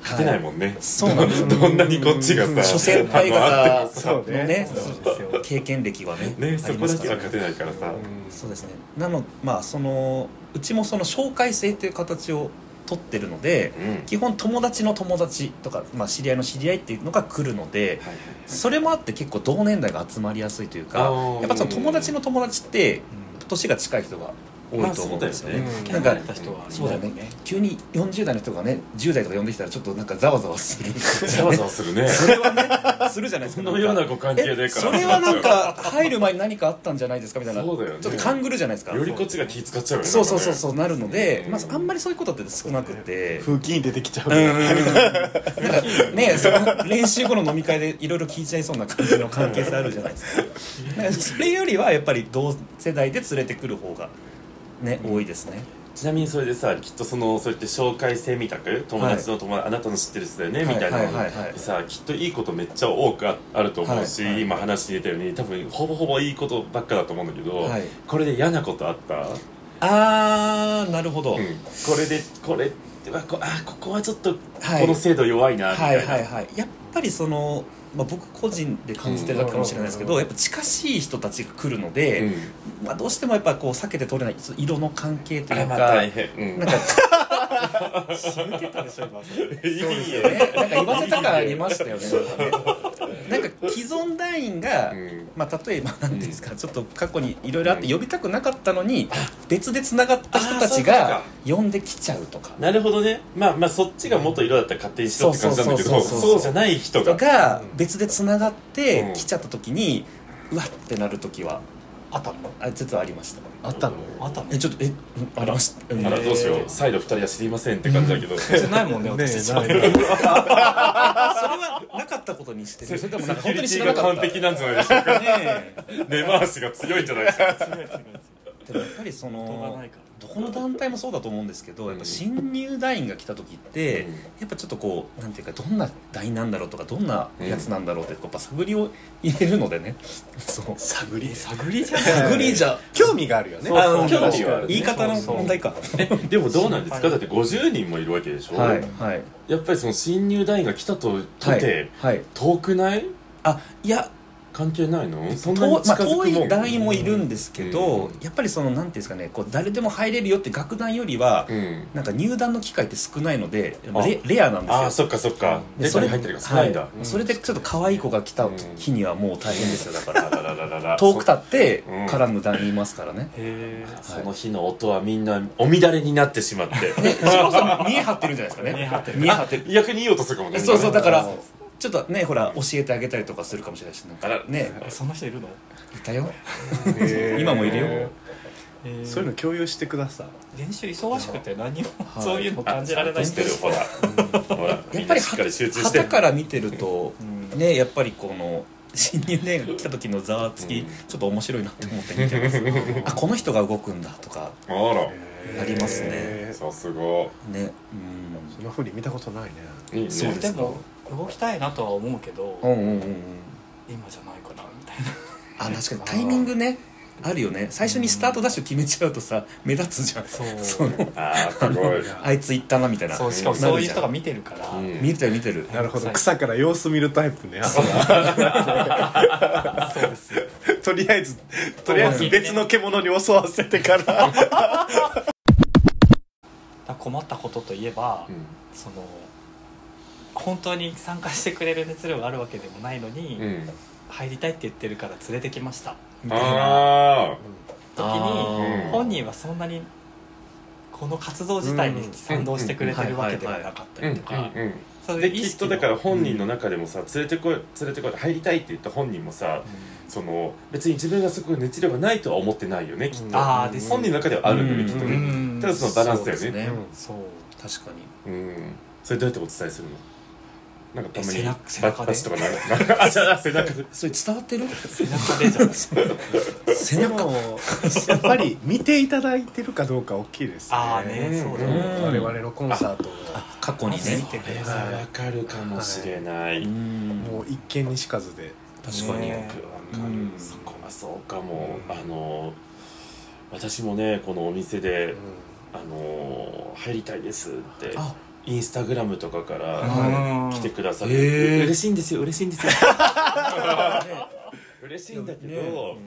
[SPEAKER 1] 勝てないもんね、
[SPEAKER 3] そうなんですよ
[SPEAKER 1] どんなにこっちがさ、
[SPEAKER 2] うん
[SPEAKER 3] 諸先輩方
[SPEAKER 2] そう
[SPEAKER 3] のね
[SPEAKER 4] そうですよ
[SPEAKER 3] 経験歴はね
[SPEAKER 1] ね
[SPEAKER 3] あ
[SPEAKER 1] そ
[SPEAKER 3] り
[SPEAKER 1] こ
[SPEAKER 3] ま
[SPEAKER 1] だ
[SPEAKER 3] すか
[SPEAKER 1] けは
[SPEAKER 3] ら
[SPEAKER 1] 勝てないからさ、
[SPEAKER 3] そうですねなのまあそのうちもその紹介制という形を取ってるので
[SPEAKER 1] うんはい
[SPEAKER 3] 基本友達の友達とか、まあ、知り合いの知り合いっていうのが来るので
[SPEAKER 1] はい
[SPEAKER 3] それもあって結構同年代が集まりやすいというか
[SPEAKER 1] あー
[SPEAKER 3] やっぱその友達の友達って
[SPEAKER 4] うん
[SPEAKER 3] 年が近い人が多いと思うんですよね,、
[SPEAKER 1] まあ
[SPEAKER 2] そうだ
[SPEAKER 3] な
[SPEAKER 2] よ
[SPEAKER 3] ん
[SPEAKER 2] ね
[SPEAKER 3] か
[SPEAKER 4] 離れた人はいない
[SPEAKER 3] そうだね急に40代の人がね10代とか呼んできたらちょっとなんかざわざわする
[SPEAKER 1] ざわざわするね
[SPEAKER 3] それはね するじゃないです
[SPEAKER 1] そ
[SPEAKER 3] か
[SPEAKER 1] のような
[SPEAKER 3] な
[SPEAKER 1] ん
[SPEAKER 3] か
[SPEAKER 1] ご関係でから
[SPEAKER 3] えそれはなんか入る前に何かあったんじゃないですかみたいな
[SPEAKER 1] そうだよね
[SPEAKER 3] ちょっと勘ぐるじゃないですか
[SPEAKER 1] よりこっちが気使っちゃうよね
[SPEAKER 3] そうそうそう
[SPEAKER 1] う
[SPEAKER 3] そうなるので、
[SPEAKER 1] うん
[SPEAKER 3] まあ、あんまりそういうことって少なくて、
[SPEAKER 2] 風紀に出てきちゃう
[SPEAKER 3] ねその練習後の飲み会でいろいろ聞いちゃいそうな感じの関係性あるじゃないですかなんかそれよりはやっぱり同世代で連れてくる方がね多いですね
[SPEAKER 1] ちなみにそれでさきっとそのそうやって紹介制みたく友達の友達、あなたの知ってる人だよね、みたいな、
[SPEAKER 3] はいはいはいはい
[SPEAKER 1] さきっといいことめっちゃ多くああると思うし、
[SPEAKER 3] はいはい
[SPEAKER 1] 今話に出たように多分ほぼほぼいいことばっかだと思うんだけど、
[SPEAKER 3] はい
[SPEAKER 1] これで嫌なことあった、
[SPEAKER 3] あーなるほど、
[SPEAKER 1] うんこれでこれはこあここはちょっとこ
[SPEAKER 3] はい
[SPEAKER 1] の制度弱いなみ
[SPEAKER 3] は
[SPEAKER 1] た
[SPEAKER 3] い
[SPEAKER 1] い
[SPEAKER 3] は
[SPEAKER 1] な、
[SPEAKER 3] いはいやっぱりその、まあ、僕個人で感じてるだけかもしれないですけど、
[SPEAKER 2] うん
[SPEAKER 3] やっぱ近しい人たちが来るので、
[SPEAKER 1] うん
[SPEAKER 3] まあ、どうしてもやっぱこう避けて通れない色の関係と
[SPEAKER 1] あ
[SPEAKER 3] いう
[SPEAKER 1] れ
[SPEAKER 3] か、
[SPEAKER 1] また大変、うん
[SPEAKER 3] なんか
[SPEAKER 4] 抜けたでしょ今そ れ
[SPEAKER 1] いいよ
[SPEAKER 3] ね、なんか言わせたからありましたよね。 なんか既存団員が、
[SPEAKER 1] うん
[SPEAKER 3] まあ例えばなんていうんですか、ちょっと過去にいろいろあって呼びたくなかったのに、別で繋がった人たち
[SPEAKER 1] あー
[SPEAKER 3] が呼んできちゃうとか。
[SPEAKER 1] なるほどねまあまあそっちが元色だったら勝手にしろって感じなんだけ
[SPEAKER 3] そ
[SPEAKER 1] ど
[SPEAKER 3] うそうそうそう
[SPEAKER 1] そうじゃない人が
[SPEAKER 3] 人が別で繋がっ
[SPEAKER 1] う
[SPEAKER 3] て
[SPEAKER 1] ん
[SPEAKER 3] 来ちゃった時に、うわってなる時は
[SPEAKER 4] あったの
[SPEAKER 3] あちょっとありました。
[SPEAKER 2] あったの
[SPEAKER 4] あったの
[SPEAKER 3] えちょっとえありました。うん
[SPEAKER 1] あらどうしよ
[SPEAKER 4] え
[SPEAKER 1] う
[SPEAKER 4] ー
[SPEAKER 1] 再度二人は知りませんって感じだけど
[SPEAKER 4] じゃないもんね
[SPEAKER 2] ね
[SPEAKER 4] 私
[SPEAKER 2] え
[SPEAKER 4] たち
[SPEAKER 2] な
[SPEAKER 4] はい
[SPEAKER 2] ない
[SPEAKER 3] それはなかったことにして、それでもなんか
[SPEAKER 1] セ
[SPEAKER 3] 本
[SPEAKER 1] キュ
[SPEAKER 3] 当に
[SPEAKER 1] リ
[SPEAKER 3] 知
[SPEAKER 1] ティ
[SPEAKER 3] ら
[SPEAKER 1] が
[SPEAKER 3] なか
[SPEAKER 1] 完
[SPEAKER 3] った。
[SPEAKER 1] 璧なんじゃないでしょうか
[SPEAKER 3] ねえ
[SPEAKER 1] 根回しが強いんじゃないですか
[SPEAKER 3] でもやっぱりその
[SPEAKER 4] ないか
[SPEAKER 3] どこの団体もそうだと思うんですけどやっぱ新入団員が来た時って、
[SPEAKER 1] うん
[SPEAKER 3] やっぱちょっとこうなんていうかどんな団員なんだろうとかどんなやつなんだろうってやっぱ探りを入れるのでね、 そう
[SPEAKER 2] 探り
[SPEAKER 4] 探りじゃない
[SPEAKER 3] 探りじゃ
[SPEAKER 2] 興味があ るよね
[SPEAKER 1] そうそう
[SPEAKER 2] あの
[SPEAKER 1] 興味はある
[SPEAKER 3] 言い方の問題か
[SPEAKER 1] でもどうなんですか
[SPEAKER 4] 心
[SPEAKER 1] だ
[SPEAKER 4] 配
[SPEAKER 1] って50人もいるわけでしょ、
[SPEAKER 3] はいはい
[SPEAKER 1] やっぱりその新入団員が来たとと
[SPEAKER 3] は
[SPEAKER 1] て、
[SPEAKER 3] いはい
[SPEAKER 1] 遠くない
[SPEAKER 3] あいや
[SPEAKER 1] 関係ないのそんなに
[SPEAKER 3] 遠,、ま
[SPEAKER 1] 近
[SPEAKER 3] あ、
[SPEAKER 1] づくもん、
[SPEAKER 3] 遠い団員もいるんですけど、
[SPEAKER 1] うん
[SPEAKER 3] やっぱりそのなんていうんですかねこう誰でも入れるよって楽団よりは、
[SPEAKER 1] うん
[SPEAKER 3] なんか入団の機会って少ないので
[SPEAKER 1] あ
[SPEAKER 3] レレアなんですよ
[SPEAKER 1] ああそっかそっか
[SPEAKER 3] で
[SPEAKER 1] 出
[SPEAKER 3] そ
[SPEAKER 1] た
[SPEAKER 3] れ
[SPEAKER 1] り入ったりが少ないんだ、
[SPEAKER 3] はそれでちょっと可愛い子が来た日にはもう大変ですよだから
[SPEAKER 1] あららららら
[SPEAKER 3] 遠く立って
[SPEAKER 1] うん
[SPEAKER 3] 絡む団員いますか らね
[SPEAKER 4] へえ
[SPEAKER 1] その日の音はみんなお乱れになってしまって
[SPEAKER 3] でそれこそ見え張ってるんじゃないですかね見え張ってる見え張ってる
[SPEAKER 1] 逆にいい音するかもね
[SPEAKER 3] そうそうだか
[SPEAKER 2] あ
[SPEAKER 3] ら
[SPEAKER 2] ー
[SPEAKER 3] ちょっとねほら教えてあげたりとかするかもしれないしなん
[SPEAKER 1] あ
[SPEAKER 3] からね
[SPEAKER 4] そんな人いるの
[SPEAKER 3] いた よ今
[SPEAKER 2] 今
[SPEAKER 3] もいるよ
[SPEAKER 2] そういうの共有してください
[SPEAKER 4] 練習忙しくて何も
[SPEAKER 3] い
[SPEAKER 4] そういうの
[SPEAKER 1] あ
[SPEAKER 4] 感じられない
[SPEAKER 1] 知ってるほらほら
[SPEAKER 3] や
[SPEAKER 1] み
[SPEAKER 3] っ
[SPEAKER 1] ん
[SPEAKER 3] ぱ
[SPEAKER 1] な
[SPEAKER 3] り
[SPEAKER 1] しっかり集中して
[SPEAKER 3] 旗から見てると
[SPEAKER 4] うん
[SPEAKER 3] ねやっぱりこの新入年が来た時のざわつ
[SPEAKER 1] う
[SPEAKER 3] き
[SPEAKER 1] ん
[SPEAKER 3] ちょっと面白いなって思って見てますあこの人が動くんだとか
[SPEAKER 1] あら
[SPEAKER 3] ありますね
[SPEAKER 2] へー
[SPEAKER 1] さすが
[SPEAKER 3] ね
[SPEAKER 2] そんなふうに見たことないね
[SPEAKER 1] いいね
[SPEAKER 3] そうです
[SPEAKER 4] でも動きたいなとは思うけど
[SPEAKER 3] うんうんうんうんうん
[SPEAKER 4] 今じゃないかなみたいな
[SPEAKER 3] あ確かにタイミングねあるよね最初にスタートダッシュ決めちゃうとさ目立つじゃん
[SPEAKER 4] そう
[SPEAKER 3] その
[SPEAKER 1] ああすごい
[SPEAKER 3] あいつ行ったなみたいな
[SPEAKER 4] そうしかも
[SPEAKER 3] な
[SPEAKER 4] そう
[SPEAKER 3] る
[SPEAKER 4] いう
[SPEAKER 3] じゃん
[SPEAKER 4] 人が見てるから、
[SPEAKER 1] うん
[SPEAKER 3] 見てる見てる
[SPEAKER 2] なるほど
[SPEAKER 4] はい
[SPEAKER 2] 草から様子見るタイプねあ
[SPEAKER 4] そうですよ
[SPEAKER 2] とりあえずとりあえず別の獣に襲わせてから
[SPEAKER 4] だから困ったことといえば、
[SPEAKER 1] うん
[SPEAKER 4] その本当に参加してくれる熱量があるわけでもないのに、
[SPEAKER 1] うん
[SPEAKER 4] 入りたいって言ってるから連れてきましたみたいな
[SPEAKER 1] あ
[SPEAKER 4] 時
[SPEAKER 3] あ
[SPEAKER 1] ー
[SPEAKER 4] に本人はそんなにこの活動自体に賛同してくれてるわけではなかった
[SPEAKER 1] あうん
[SPEAKER 4] り
[SPEAKER 1] う
[SPEAKER 4] とか
[SPEAKER 1] ん
[SPEAKER 4] そ
[SPEAKER 1] うん
[SPEAKER 4] れ
[SPEAKER 1] で
[SPEAKER 4] 意
[SPEAKER 1] きっ
[SPEAKER 4] 識
[SPEAKER 1] と
[SPEAKER 4] を
[SPEAKER 1] だから本人の中でもさ連れてこい連れてこい入りたいって言った本人もさその別に自分がそこに熱量がないとは思ってないよねきっと
[SPEAKER 4] あーです
[SPEAKER 1] 本人の中ではあるの
[SPEAKER 3] う
[SPEAKER 1] ね
[SPEAKER 3] ん
[SPEAKER 1] きっと
[SPEAKER 4] う
[SPEAKER 1] ね
[SPEAKER 4] ん
[SPEAKER 1] ただそのバランスだよ
[SPEAKER 3] そうで
[SPEAKER 1] ね
[SPEAKER 3] す
[SPEAKER 2] うん
[SPEAKER 4] そう
[SPEAKER 3] 確かに
[SPEAKER 1] うんそれどうやってお伝えするのなんかたまに
[SPEAKER 4] え背
[SPEAKER 1] バ
[SPEAKER 4] 中背中
[SPEAKER 1] ッ
[SPEAKER 4] で
[SPEAKER 1] バチとかなるあじゃあ背中で
[SPEAKER 3] それ伝わってる
[SPEAKER 4] 背中でじゃないですか
[SPEAKER 3] 背
[SPEAKER 2] で
[SPEAKER 3] 中
[SPEAKER 2] もやっぱり見ていただいてるかどうか大きいですね
[SPEAKER 4] ああねそうだね
[SPEAKER 2] 我々のコンサートを
[SPEAKER 3] 過去に
[SPEAKER 4] 見
[SPEAKER 3] ね
[SPEAKER 4] てくれ
[SPEAKER 1] あ
[SPEAKER 4] る
[SPEAKER 1] ーわかるかもしれない、
[SPEAKER 3] うん
[SPEAKER 2] もう一見にしかずで
[SPEAKER 3] 確かに
[SPEAKER 4] ね
[SPEAKER 1] よく
[SPEAKER 3] う
[SPEAKER 1] わかる、
[SPEAKER 3] ん
[SPEAKER 1] そこはそうかも、
[SPEAKER 2] うん
[SPEAKER 1] あの私もねこのお店で、
[SPEAKER 2] う
[SPEAKER 1] あの入りたいですって
[SPEAKER 3] あ
[SPEAKER 1] インスタグラムとかから
[SPEAKER 4] うん
[SPEAKER 1] 来てくださっ
[SPEAKER 3] へ
[SPEAKER 1] て、
[SPEAKER 3] ー
[SPEAKER 1] 嬉しいんですよ嬉しいん ですよ嬉しいんだけど、
[SPEAKER 3] ね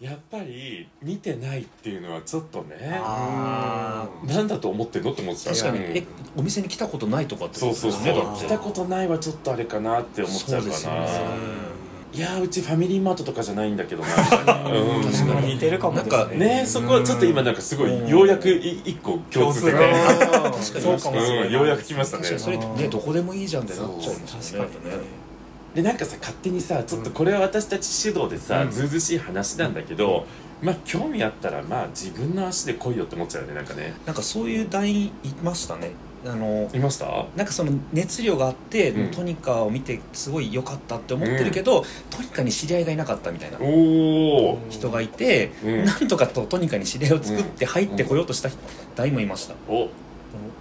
[SPEAKER 1] やっぱり見てないっていうのはちょっとね
[SPEAKER 4] あ
[SPEAKER 2] ー
[SPEAKER 1] なんだと思ってんのって思ってた
[SPEAKER 3] 確かに
[SPEAKER 1] うん
[SPEAKER 3] えお店に来たことないとかって
[SPEAKER 1] そうそうそう
[SPEAKER 3] だって
[SPEAKER 1] 来たことないはちょっとあれかなって思っちゃうかな
[SPEAKER 3] そうですよね
[SPEAKER 1] いやーうちファミリーマートとかじゃないんだけど な確
[SPEAKER 3] 確かに
[SPEAKER 4] 似てるかもですね
[SPEAKER 3] なんか
[SPEAKER 1] ねそこはちょっと今なんかすご
[SPEAKER 3] うん
[SPEAKER 1] いようやくい一個共通点
[SPEAKER 4] 共
[SPEAKER 1] が
[SPEAKER 4] 通
[SPEAKER 3] 確
[SPEAKER 2] ん
[SPEAKER 3] かに
[SPEAKER 4] そうかもしれない
[SPEAKER 1] うんようやく来ました
[SPEAKER 3] 確かにそれ
[SPEAKER 1] ね
[SPEAKER 3] ってねどこでもいいじゃんってなっちゃいますよ
[SPEAKER 4] 確か
[SPEAKER 3] ね
[SPEAKER 4] に
[SPEAKER 3] だって
[SPEAKER 4] ね
[SPEAKER 3] ね
[SPEAKER 1] でなんかさ勝手にさちょっとこれは私たち主導でさ
[SPEAKER 2] うん
[SPEAKER 1] ずうずうしい話なんだけどまあ興味あったらまあ自分の足で来いよって思っちゃうよねなんかね
[SPEAKER 3] なんかそういう団員いましたねあの
[SPEAKER 1] いました
[SPEAKER 3] なんかその熱量があって、
[SPEAKER 1] うん
[SPEAKER 3] トニカを見てすごい良かったって思ってるけど、トニカに知り合いがいなかったみたいな
[SPEAKER 1] おお
[SPEAKER 3] 人がいて、
[SPEAKER 1] うん
[SPEAKER 3] なんとかとトニカに知り合いを作って入ってこようとした大もいました、
[SPEAKER 1] お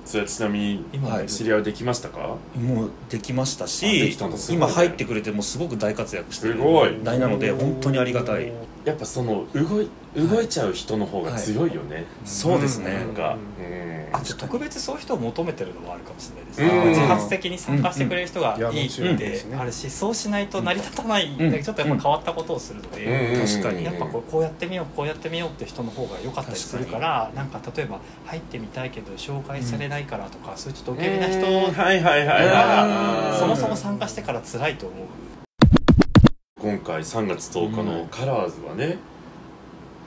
[SPEAKER 1] それはちなみに
[SPEAKER 4] 今
[SPEAKER 3] はい
[SPEAKER 1] 知り合いはできましたか
[SPEAKER 3] もうできました
[SPEAKER 1] あ
[SPEAKER 3] し
[SPEAKER 1] できたんだすごいね
[SPEAKER 3] 今入ってくれてもうすごく大活躍して
[SPEAKER 1] す
[SPEAKER 3] る
[SPEAKER 1] ごい
[SPEAKER 3] 大なので本当にありがたい
[SPEAKER 1] やっぱその動い動いちゃう人の方が強いよね
[SPEAKER 3] そうですね、
[SPEAKER 1] なんか
[SPEAKER 2] う
[SPEAKER 1] うん
[SPEAKER 4] あと特別そういう人を求めてるのもあるかもしれないです
[SPEAKER 1] うん
[SPEAKER 4] ね自発的に参加してくれる人が
[SPEAKER 2] うんうんいや
[SPEAKER 4] いい
[SPEAKER 2] も
[SPEAKER 4] っ
[SPEAKER 2] ちろんで
[SPEAKER 4] て
[SPEAKER 2] すね
[SPEAKER 4] あるしそうしないと成り立たない
[SPEAKER 3] うん
[SPEAKER 4] ちょっとやっぱ変わったことをするので
[SPEAKER 1] 確
[SPEAKER 3] 確
[SPEAKER 1] か
[SPEAKER 3] か
[SPEAKER 1] に
[SPEAKER 3] に
[SPEAKER 4] やっぱこうこうやってみようこうやってみようって人の方が良かったりするからなんか例えば入ってみたいけど紹介されないからとか、そういうちょっと受け身な人
[SPEAKER 1] うんはいはいはいは
[SPEAKER 4] が
[SPEAKER 1] い
[SPEAKER 4] そもそも参加してから辛いと思う
[SPEAKER 1] 今回3月10日のカラーズはね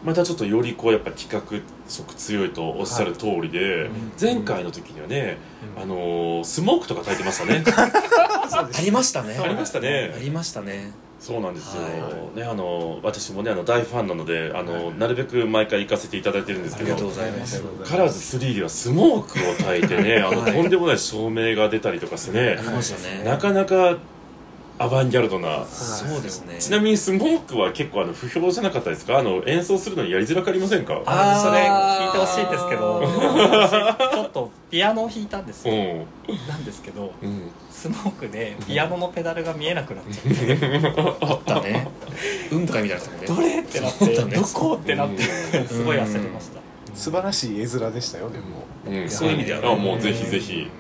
[SPEAKER 1] またちょっとよりこうやっぱ企画色強いとおっしゃる通りで、前回の時にはね、あのースモークとか炊いてましたね
[SPEAKER 3] ありましたね
[SPEAKER 1] ありましたね
[SPEAKER 3] ありましたね
[SPEAKER 1] そうなんですよ、
[SPEAKER 3] は
[SPEAKER 1] ねあのー私もねあの大ファンなのであのーなるべく毎回行かせていただいてるんですけ
[SPEAKER 3] ありがとう
[SPEAKER 1] ど
[SPEAKER 3] ございます
[SPEAKER 1] カラーズ3ではスモークを炊いて ねあの
[SPEAKER 3] はい
[SPEAKER 1] とんでもない照明が出たりとかしてね
[SPEAKER 3] ありましたね
[SPEAKER 1] なかなかアバンギャルドな
[SPEAKER 3] そうですね
[SPEAKER 1] ちなみにスモークは結構あの不評じゃなかったですかあの演奏するのにやりづらくありませんか
[SPEAKER 4] あ
[SPEAKER 3] あー
[SPEAKER 4] それ聞いてほしいんですけど私ちょっとピアノを弾いたんです
[SPEAKER 1] う
[SPEAKER 4] よ
[SPEAKER 1] ん
[SPEAKER 4] なんですけど
[SPEAKER 1] うん
[SPEAKER 4] スモークでピアノのペダルが見えなくなっちゃって
[SPEAKER 3] あっ たね雲海みたいな人もね
[SPEAKER 4] どれってなっ
[SPEAKER 3] そう
[SPEAKER 4] て
[SPEAKER 3] だね
[SPEAKER 4] どこってなってすごい焦りました
[SPEAKER 2] 素晴らしい絵面でしたよでも
[SPEAKER 1] うん、
[SPEAKER 3] そういう意味ではね
[SPEAKER 1] あもうぜひぜひ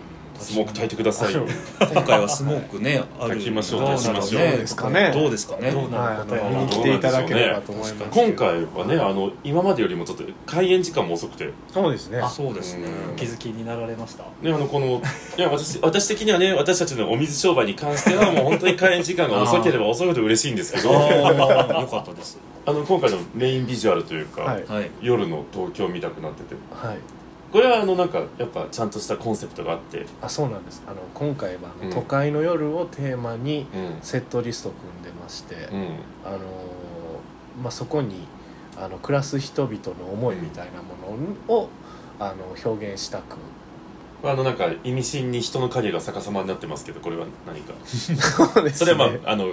[SPEAKER 1] スモーク炊いてください
[SPEAKER 2] そう
[SPEAKER 3] 今回はスモークねある
[SPEAKER 1] 炊きましょう
[SPEAKER 3] どう
[SPEAKER 1] 炊きましょう
[SPEAKER 3] なるね
[SPEAKER 2] どうですかね
[SPEAKER 3] どうですかね
[SPEAKER 4] どうなる
[SPEAKER 2] はいあの
[SPEAKER 4] 答えは
[SPEAKER 2] 見に来ていただければと思いますけど
[SPEAKER 1] 今回はねあの今までよりもちょっと開演時間も遅くてね
[SPEAKER 2] そうですね
[SPEAKER 4] あ
[SPEAKER 3] そうですね
[SPEAKER 1] うん
[SPEAKER 4] お気づきになられました
[SPEAKER 1] あのこのいや私私的にはね私たちのお水商売に関してはもう本当に開演時間が遅ければ遅いほど嬉しいんですけ
[SPEAKER 3] あ
[SPEAKER 1] ど
[SPEAKER 3] あよかったです
[SPEAKER 1] あの今回のメインビジュアルというか、
[SPEAKER 2] はい
[SPEAKER 3] はい
[SPEAKER 1] 夜の東京見たくなってて
[SPEAKER 2] はい
[SPEAKER 1] これはあのなんかやっぱちゃんとしたコンセプトがあって、
[SPEAKER 2] あそうなんですあの今回はあの
[SPEAKER 1] うん
[SPEAKER 2] 都会の夜をテーマに
[SPEAKER 1] うん
[SPEAKER 2] セットリスト組んでまして、
[SPEAKER 1] うん、
[SPEAKER 2] あのーまあ、そこにあの暮らす人々の思いみたいなものを、あの表現したく
[SPEAKER 1] あのなんか意味深に人の影が逆さまになってますけどこれは何か
[SPEAKER 2] そうで
[SPEAKER 1] それはま
[SPEAKER 2] ね
[SPEAKER 1] ああの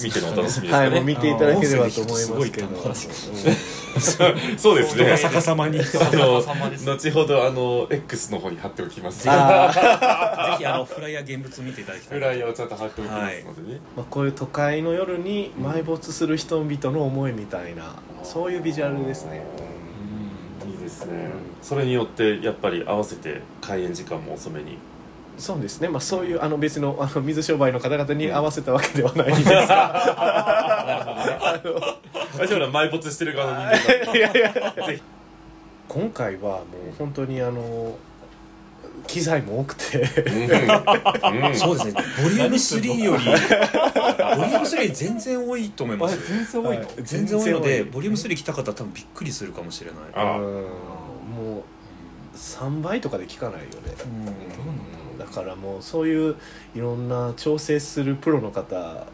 [SPEAKER 1] 見てのお楽しみです
[SPEAKER 2] は
[SPEAKER 1] か
[SPEAKER 2] い、もう
[SPEAKER 1] ね。
[SPEAKER 2] 見ていただければと思い
[SPEAKER 3] 音声
[SPEAKER 2] ます
[SPEAKER 3] 聞く
[SPEAKER 2] けど。
[SPEAKER 3] とすごい楽し
[SPEAKER 1] そうですね。
[SPEAKER 4] 逆さまに
[SPEAKER 1] あの
[SPEAKER 4] 逆さまです
[SPEAKER 1] 後ほどあの X の方に貼っておきます。
[SPEAKER 2] あー
[SPEAKER 3] ぜひあのフライや現物見ていただきた
[SPEAKER 1] フ
[SPEAKER 3] い
[SPEAKER 1] ライヤーをちゃんと貼っておきますのでね。
[SPEAKER 2] まあ、こういう都会の夜に埋没する人々の思いみたいな、そういうビジュアルですね。
[SPEAKER 1] いいですね。それによってやっぱり合わせて開演時間も遅め に。
[SPEAKER 2] そうですね、まあ、そういうあの別のあの水商売の方々に合わせたわけではないんで すがあの
[SPEAKER 1] 私ほら埋没してる側の人間
[SPEAKER 2] いやいや今回はもう本当にあの機材も多くて
[SPEAKER 1] だ。うん。
[SPEAKER 3] そうですねボリューム3よりボリューム3全然多いと思います
[SPEAKER 4] 全然多いの、
[SPEAKER 2] はい
[SPEAKER 3] 全然多いので
[SPEAKER 2] 全然多い
[SPEAKER 3] ボリューム3来た方は多分びっくりするかもしれない
[SPEAKER 1] あら
[SPEAKER 2] うんもう3倍とかで聞かないよね
[SPEAKER 3] うん
[SPEAKER 2] だからもうそういういろんな調整するプロの方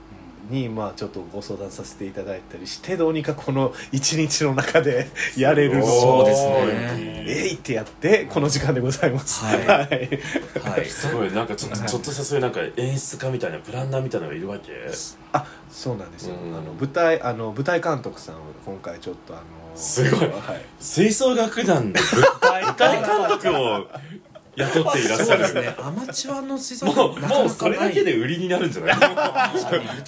[SPEAKER 2] にまあちょっとご相談させていただいたりしてどうにかこの一日の中でやれるのを
[SPEAKER 1] そうです
[SPEAKER 3] ね
[SPEAKER 2] えいってやってこの時間でございます
[SPEAKER 3] はい
[SPEAKER 2] い
[SPEAKER 3] はい
[SPEAKER 1] すごいなんかちょっとちょっとしたそういうなんか演出家みたいなプランナーみたいなのがいるわけ。
[SPEAKER 2] あそうなんですよ、
[SPEAKER 1] うん
[SPEAKER 2] あの舞台あの舞台監督さんを今回ちょっとあの
[SPEAKER 1] すごい
[SPEAKER 2] はい、
[SPEAKER 1] 吹奏楽団の舞台監督を雇っていらっし
[SPEAKER 3] そ
[SPEAKER 1] ゃ
[SPEAKER 3] うです
[SPEAKER 1] る。
[SPEAKER 3] ねアマチュアの水族
[SPEAKER 1] もう
[SPEAKER 3] 館なか
[SPEAKER 1] もう
[SPEAKER 3] な
[SPEAKER 1] そ
[SPEAKER 3] か
[SPEAKER 1] れ
[SPEAKER 3] な
[SPEAKER 1] だ
[SPEAKER 3] い
[SPEAKER 1] けで売りになるんじゃない？
[SPEAKER 3] 舞台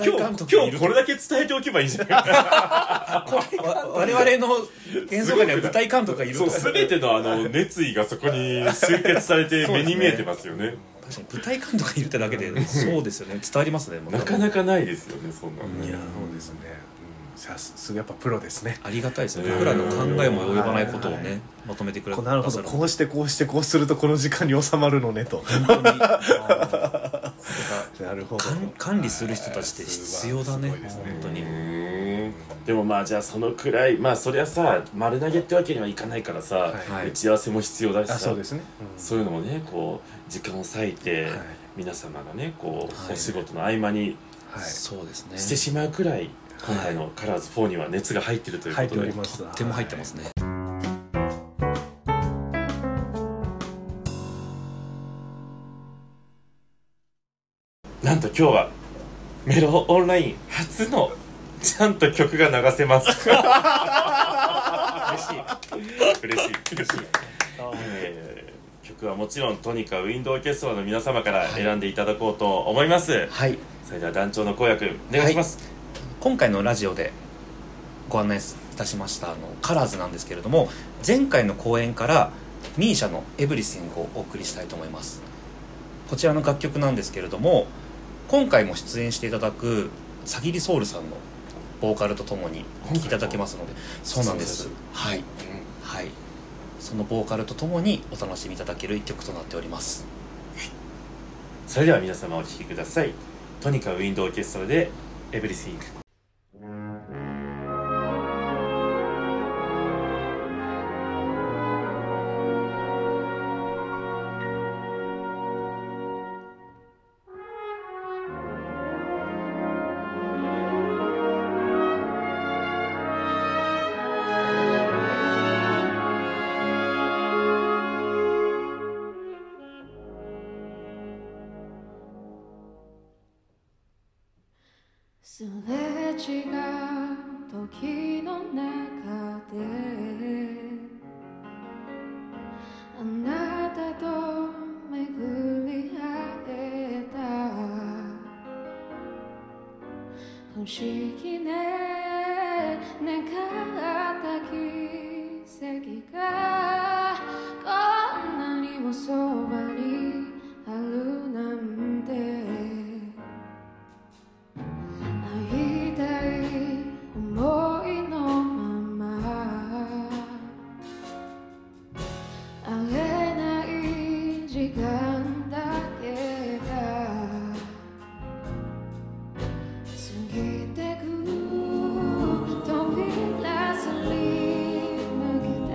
[SPEAKER 1] 今
[SPEAKER 3] 監
[SPEAKER 1] 日
[SPEAKER 3] 督
[SPEAKER 1] 今
[SPEAKER 3] い
[SPEAKER 1] 日
[SPEAKER 3] る
[SPEAKER 1] これだけ伝えておけばいいじゃない。
[SPEAKER 3] わ我々の演奏会には舞台監督がいる
[SPEAKER 1] そ
[SPEAKER 3] と
[SPEAKER 1] う全てのあの熱意がそこに集結されて目に見えてますよね。
[SPEAKER 3] 確かに舞台監督がいるってだけでそうですよね伝わりますねまた
[SPEAKER 1] なかなかないですよねそんなのね。
[SPEAKER 2] いやそうですね、うん、さすがやっぱプロですね
[SPEAKER 3] ありがたいですね
[SPEAKER 1] うん
[SPEAKER 3] 僕らの考えも及ばないことを
[SPEAKER 2] はい
[SPEAKER 3] ねまとめてくれ
[SPEAKER 2] こうなるほ
[SPEAKER 3] く
[SPEAKER 2] ど
[SPEAKER 3] ださ
[SPEAKER 2] こうしてこうしてこうするとこの時間に収まるのねと
[SPEAKER 3] 本当に あー
[SPEAKER 2] なるほど
[SPEAKER 3] 管管理する人たちって必要だね
[SPEAKER 2] はいすごいです
[SPEAKER 3] 本当
[SPEAKER 1] う
[SPEAKER 3] に
[SPEAKER 1] ーんでもまあじゃあそのくらいまあそりゃさ丸投げってわけにはいかないからさ、
[SPEAKER 2] はい
[SPEAKER 1] 打ち合わせも必要だし
[SPEAKER 2] あ
[SPEAKER 1] さ
[SPEAKER 2] そうですね、うん
[SPEAKER 1] そういうのもねこう時間を割いて、
[SPEAKER 2] はい
[SPEAKER 1] 皆様がねこう、
[SPEAKER 3] はい
[SPEAKER 1] お仕事の合間に
[SPEAKER 2] はい
[SPEAKER 3] そうですね
[SPEAKER 1] してしまうくらい、今回の「カラーズ4には熱が入ってるというこ
[SPEAKER 2] 入って
[SPEAKER 1] と
[SPEAKER 2] お
[SPEAKER 1] で
[SPEAKER 2] ります
[SPEAKER 3] とっても入ってますね
[SPEAKER 1] なんと今日はメロオンライン初のちゃんと曲が流せます嬉しい嬉しいえー曲はもちろんトニカウィンドウオーケストラの皆様から選んでいただこうと思います、
[SPEAKER 3] はい
[SPEAKER 1] それでは団長の公約お願いします、
[SPEAKER 3] 今回のラジオでご案内いたしましたあのカラーズなんですけれども前回の公演からミーシャの「エブリシング」をお送りしたいと思いますこちらの楽曲なんですけれども今回も出演していただくサギリソウルさんのボーカルとともにお聴きいただけますのでそうなんです
[SPEAKER 1] そう
[SPEAKER 3] はい、はいそのボーカルとともにお楽しみいただける一曲となっております
[SPEAKER 1] それでは皆様お聴きくださいトニカウィンドウオーケストラで「エブリシング」
[SPEAKER 5] すれ違う時の中であなたと巡り合えた不思議ね願った奇跡がこんなにもそばにあるなんて会いたい思いのまま会えない時間だけが過ぎてく扉すり抜けて